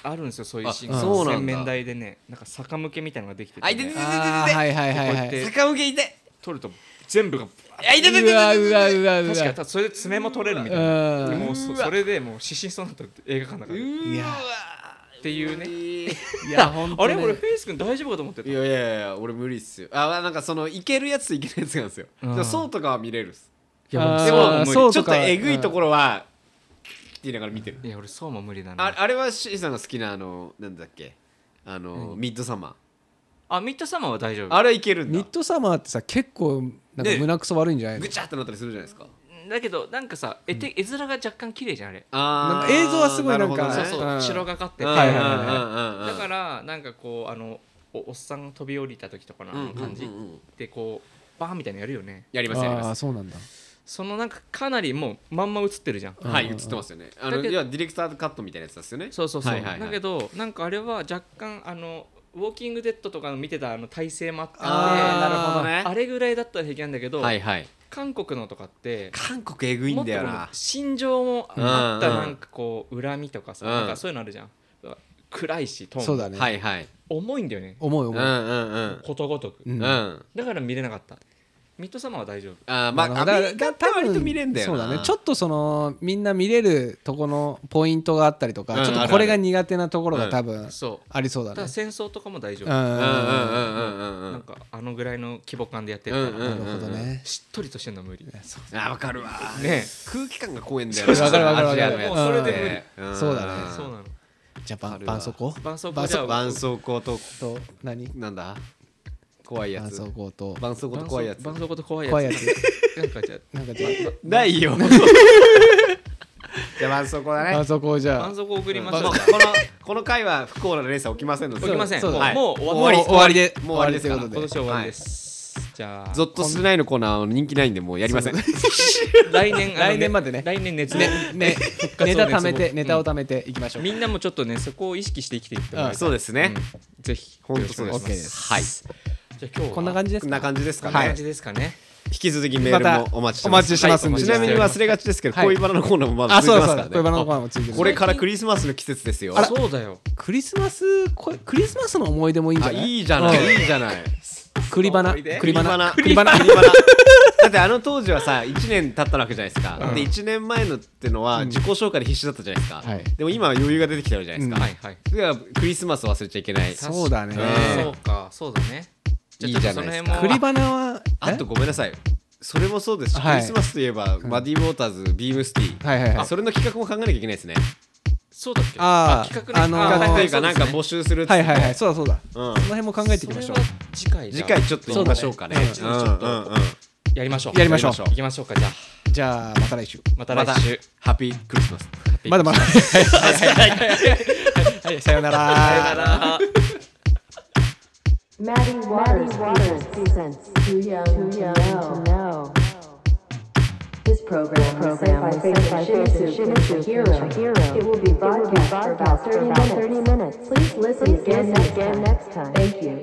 [SPEAKER 3] あるんですよそういうシーン
[SPEAKER 1] あ
[SPEAKER 3] が
[SPEAKER 1] そう
[SPEAKER 2] なんだ
[SPEAKER 3] 洗面台でねなんか逆向けみたいなのができてて
[SPEAKER 2] あいててて
[SPEAKER 1] 俺あーはいはいはいは
[SPEAKER 3] こうや
[SPEAKER 1] い
[SPEAKER 3] っ
[SPEAKER 2] 坂向けいて
[SPEAKER 3] 取ると全部が
[SPEAKER 2] あいててて
[SPEAKER 1] うわうわうわうわ
[SPEAKER 3] 確かただそれで爪も取れるみたいな
[SPEAKER 1] うん
[SPEAKER 3] もうそそれでもう失神しそうになったって映画館だからっ
[SPEAKER 1] いや
[SPEAKER 3] ていうね
[SPEAKER 1] いや本
[SPEAKER 3] あ
[SPEAKER 1] 当
[SPEAKER 3] れ
[SPEAKER 1] ね
[SPEAKER 3] 俺フェイス君大丈夫かと思ってた
[SPEAKER 2] いやいやいや俺無理っすよあなんかそのいけるやつといけないやつなんですよ
[SPEAKER 3] う
[SPEAKER 2] で
[SPEAKER 3] ん
[SPEAKER 2] もそうとかは見れるっす
[SPEAKER 1] いや
[SPEAKER 2] で
[SPEAKER 1] あー
[SPEAKER 2] もち
[SPEAKER 1] そ
[SPEAKER 2] ょ
[SPEAKER 1] う
[SPEAKER 2] っ
[SPEAKER 1] と
[SPEAKER 2] と
[SPEAKER 1] か
[SPEAKER 2] えぐいところはって言いながら見てる
[SPEAKER 3] いや俺そうも無理なの
[SPEAKER 2] ああれはシーさんが好きなあのなんだっけあのミッドサマ
[SPEAKER 3] あミッドサマーは大丈
[SPEAKER 2] ー
[SPEAKER 3] 夫
[SPEAKER 2] あれはいけるんだ
[SPEAKER 1] ミッドサマーってさ結構なんか
[SPEAKER 2] ね
[SPEAKER 1] 胸くそ悪いんじゃないの
[SPEAKER 2] ぐちゃってなったりするじゃないですか
[SPEAKER 3] だけどなんかさ絵て絵面が若干綺麗じゃんあれ
[SPEAKER 2] あ
[SPEAKER 1] なん
[SPEAKER 2] ー
[SPEAKER 1] か映像はすごいなんか
[SPEAKER 2] るほど
[SPEAKER 3] そう
[SPEAKER 2] ね
[SPEAKER 3] そううん白がかってて
[SPEAKER 2] うん
[SPEAKER 1] はいはいはい
[SPEAKER 2] うんうんうん
[SPEAKER 3] だからなんかこうあのおおっさんが飛び降りた時とかのあの感じ
[SPEAKER 2] うんうんうんうん
[SPEAKER 3] でこうバーンみたいなのやるよね
[SPEAKER 2] やりますやり
[SPEAKER 1] ああ
[SPEAKER 2] ま
[SPEAKER 1] ー
[SPEAKER 2] す
[SPEAKER 1] そうなんだ
[SPEAKER 3] そのなんかかなりもうまんま映ってるじゃん
[SPEAKER 1] ん
[SPEAKER 2] はい映ってますよねあ
[SPEAKER 3] だ
[SPEAKER 2] の
[SPEAKER 3] けど
[SPEAKER 2] 要はディレクターカットみたいなやつですよね
[SPEAKER 3] そうそうそう、
[SPEAKER 2] はいはいはい
[SPEAKER 3] だけどなんかあれは若干あのウォーキングデッドとかの見てたあの体勢もあって
[SPEAKER 2] あーなるほどね
[SPEAKER 3] あれぐらいだったら平気なんだけど、
[SPEAKER 2] はいはい
[SPEAKER 3] 韓国のとかって
[SPEAKER 2] 韓国えぐい
[SPEAKER 3] も
[SPEAKER 2] ん
[SPEAKER 3] っ
[SPEAKER 2] だ
[SPEAKER 3] と
[SPEAKER 2] よ
[SPEAKER 3] こ
[SPEAKER 2] な
[SPEAKER 3] の心情もあった
[SPEAKER 2] うんうん
[SPEAKER 3] なんかこう恨みとかさ、
[SPEAKER 2] うん
[SPEAKER 3] なんかそういうのあるじゃん暗いしトーン
[SPEAKER 1] そうだね
[SPEAKER 2] はいはい
[SPEAKER 3] 重いんだよね
[SPEAKER 1] 重い
[SPEAKER 2] うん
[SPEAKER 1] 重
[SPEAKER 2] う
[SPEAKER 1] い
[SPEAKER 2] んうん
[SPEAKER 3] ことごとく、
[SPEAKER 1] うん
[SPEAKER 2] うんあ
[SPEAKER 3] だから見れなかったミッドサマーは大丈夫
[SPEAKER 2] ーまあ
[SPEAKER 1] な
[SPEAKER 2] ア
[SPEAKER 1] る
[SPEAKER 2] メ
[SPEAKER 1] ほど
[SPEAKER 2] リカって割と見れんだよ
[SPEAKER 1] そう
[SPEAKER 2] な
[SPEAKER 1] だねちょっとそのみんな見れるとこのポイントがあったりとか、
[SPEAKER 2] うん
[SPEAKER 1] ちょっとこれが苦手なところが多分
[SPEAKER 3] そう
[SPEAKER 1] ありそうだ
[SPEAKER 3] ただ
[SPEAKER 1] ね
[SPEAKER 3] 戦争とかも大丈
[SPEAKER 1] うん
[SPEAKER 3] 夫、
[SPEAKER 2] うんうんうんうんうんうん
[SPEAKER 3] なんかあのぐらいの規模感でやってるから、
[SPEAKER 2] うんうん
[SPEAKER 1] なるほどね
[SPEAKER 3] しっとりとしてるのは無理
[SPEAKER 1] そう
[SPEAKER 2] あーわかるわ
[SPEAKER 3] ね
[SPEAKER 2] 空気感が怖いんだよな
[SPEAKER 1] そうわかるわかるわ
[SPEAKER 2] ア
[SPEAKER 1] か
[SPEAKER 2] ジ
[SPEAKER 1] る
[SPEAKER 2] アのやつ
[SPEAKER 3] もうそれで
[SPEAKER 2] 無理
[SPEAKER 1] そうだね
[SPEAKER 3] そうなの
[SPEAKER 1] じゃあば絆創膏
[SPEAKER 3] 絆創
[SPEAKER 1] ば
[SPEAKER 3] 膏
[SPEAKER 1] ん
[SPEAKER 3] じゃあ
[SPEAKER 2] 絆創膏と
[SPEAKER 1] と何
[SPEAKER 2] なんだ怖いや
[SPEAKER 1] 絆
[SPEAKER 2] つ
[SPEAKER 1] 創膏と
[SPEAKER 2] 絆創膏と怖いやつ
[SPEAKER 3] 絆創膏と怖いやつ
[SPEAKER 1] 怖いやつ
[SPEAKER 3] [laughs] なんかじゃ
[SPEAKER 1] なんかじゃあ
[SPEAKER 2] ないよじゃあ絆創膏だね
[SPEAKER 1] [laughs] 絆創膏じ
[SPEAKER 3] あ
[SPEAKER 1] ゃあ
[SPEAKER 3] 絆創膏送りま
[SPEAKER 2] まあ
[SPEAKER 3] しょう
[SPEAKER 2] このこの回は不幸な連鎖起きませんので
[SPEAKER 3] 起きません
[SPEAKER 1] そう
[SPEAKER 3] もう
[SPEAKER 1] だ
[SPEAKER 2] ね
[SPEAKER 3] もう
[SPEAKER 2] もう
[SPEAKER 3] 終
[SPEAKER 2] 終
[SPEAKER 3] わ
[SPEAKER 2] わ
[SPEAKER 3] り
[SPEAKER 2] り
[SPEAKER 1] もう終わりで
[SPEAKER 2] もう終わりですから
[SPEAKER 1] 終わりという
[SPEAKER 3] 今
[SPEAKER 1] こ
[SPEAKER 3] 年は終わりですじゃあ
[SPEAKER 2] ゾッとしないのコーナー人気ないんでもうやりません
[SPEAKER 3] 来年あの
[SPEAKER 1] 来年までね
[SPEAKER 3] 来年熱
[SPEAKER 1] ね
[SPEAKER 3] ね
[SPEAKER 1] ね
[SPEAKER 2] [laughs]
[SPEAKER 3] 望
[SPEAKER 1] ネタ貯めて
[SPEAKER 3] うん
[SPEAKER 1] ネタを貯めていきましょう
[SPEAKER 3] みんなもちょっとねそこを意識して生きていってもらいたい
[SPEAKER 2] そうですね
[SPEAKER 3] うんぜひ
[SPEAKER 2] ほんとそうです
[SPEAKER 3] よろしくお願いしますはいじゃあ今日は
[SPEAKER 1] こんな感じです
[SPEAKER 2] こ
[SPEAKER 1] か
[SPEAKER 2] んな感じです
[SPEAKER 3] こ
[SPEAKER 2] か
[SPEAKER 3] んな
[SPEAKER 2] ね
[SPEAKER 3] 感じですかね
[SPEAKER 2] 引き続きメールもお待ちして
[SPEAKER 1] またお待ちしてますんで
[SPEAKER 2] はいちなみに忘れがちですけど
[SPEAKER 1] はい
[SPEAKER 2] 恋バナのコーナーもまだ
[SPEAKER 1] あ
[SPEAKER 2] 続
[SPEAKER 1] そ
[SPEAKER 2] いうて
[SPEAKER 1] だ
[SPEAKER 2] ま
[SPEAKER 1] そうだ恋バナ
[SPEAKER 2] すからね
[SPEAKER 1] のコーナーもついてる
[SPEAKER 2] これからクリスマスの季節ですよ
[SPEAKER 3] そうだよ
[SPEAKER 1] クリスマスこクリスマスの思い出もいいんじ
[SPEAKER 2] あ
[SPEAKER 1] ゃない
[SPEAKER 2] いいじゃないいいじゃない
[SPEAKER 1] 栗花
[SPEAKER 3] 思い出
[SPEAKER 1] 栗花
[SPEAKER 2] 栗花栗花だってあの当時はさ1年経ったわけじゃないですか、で1年前のってのは自己紹介で必死だったじゃないですか、
[SPEAKER 1] はい
[SPEAKER 2] でも今は余裕が出てきてるじゃないですか、
[SPEAKER 3] はいはい
[SPEAKER 2] ではクリスマスを忘れちゃいけない
[SPEAKER 1] そうだね
[SPEAKER 2] うん
[SPEAKER 3] そうかそうだね
[SPEAKER 2] いいじゃないですか
[SPEAKER 1] 栗
[SPEAKER 3] バ
[SPEAKER 1] 花は
[SPEAKER 2] あとごめんなさいそれもそうですし、
[SPEAKER 1] はい
[SPEAKER 2] クリスマスといえば、マディ・ウォーターズビームスティー、
[SPEAKER 1] はいはいはい
[SPEAKER 2] あそれの企画も考えなきゃいけないですね
[SPEAKER 3] そうだっけ
[SPEAKER 1] あー
[SPEAKER 3] 企画
[SPEAKER 1] あのー
[SPEAKER 3] ね
[SPEAKER 2] 企画というか
[SPEAKER 3] そう
[SPEAKER 2] な
[SPEAKER 3] で
[SPEAKER 2] ん
[SPEAKER 3] すね
[SPEAKER 2] か募集するっつって
[SPEAKER 1] はいはいはいそうだそうだ
[SPEAKER 2] うん
[SPEAKER 1] その辺も考えていきましょう
[SPEAKER 3] それは次回
[SPEAKER 2] 次
[SPEAKER 3] じゃあ
[SPEAKER 2] 回ちょっと言いましょうかね
[SPEAKER 3] そう
[SPEAKER 2] う
[SPEAKER 3] だね
[SPEAKER 2] んうんうん
[SPEAKER 3] やりましょう
[SPEAKER 1] やりましょう
[SPEAKER 3] 行きましょうかじゃあ
[SPEAKER 1] じゃあまた来週
[SPEAKER 3] また
[SPEAKER 2] また
[SPEAKER 3] 来週
[SPEAKER 2] ハッピークリスマス
[SPEAKER 1] まだまだ [laughs] はいさようなら
[SPEAKER 3] ら
[SPEAKER 4] Maddie Waters, presents Too Young, too young to, know. This program, program was sent by Shimizu, Shimizu Hero. It will be broadcast for about 30 minutes. Please listen again, next, time. Thank you.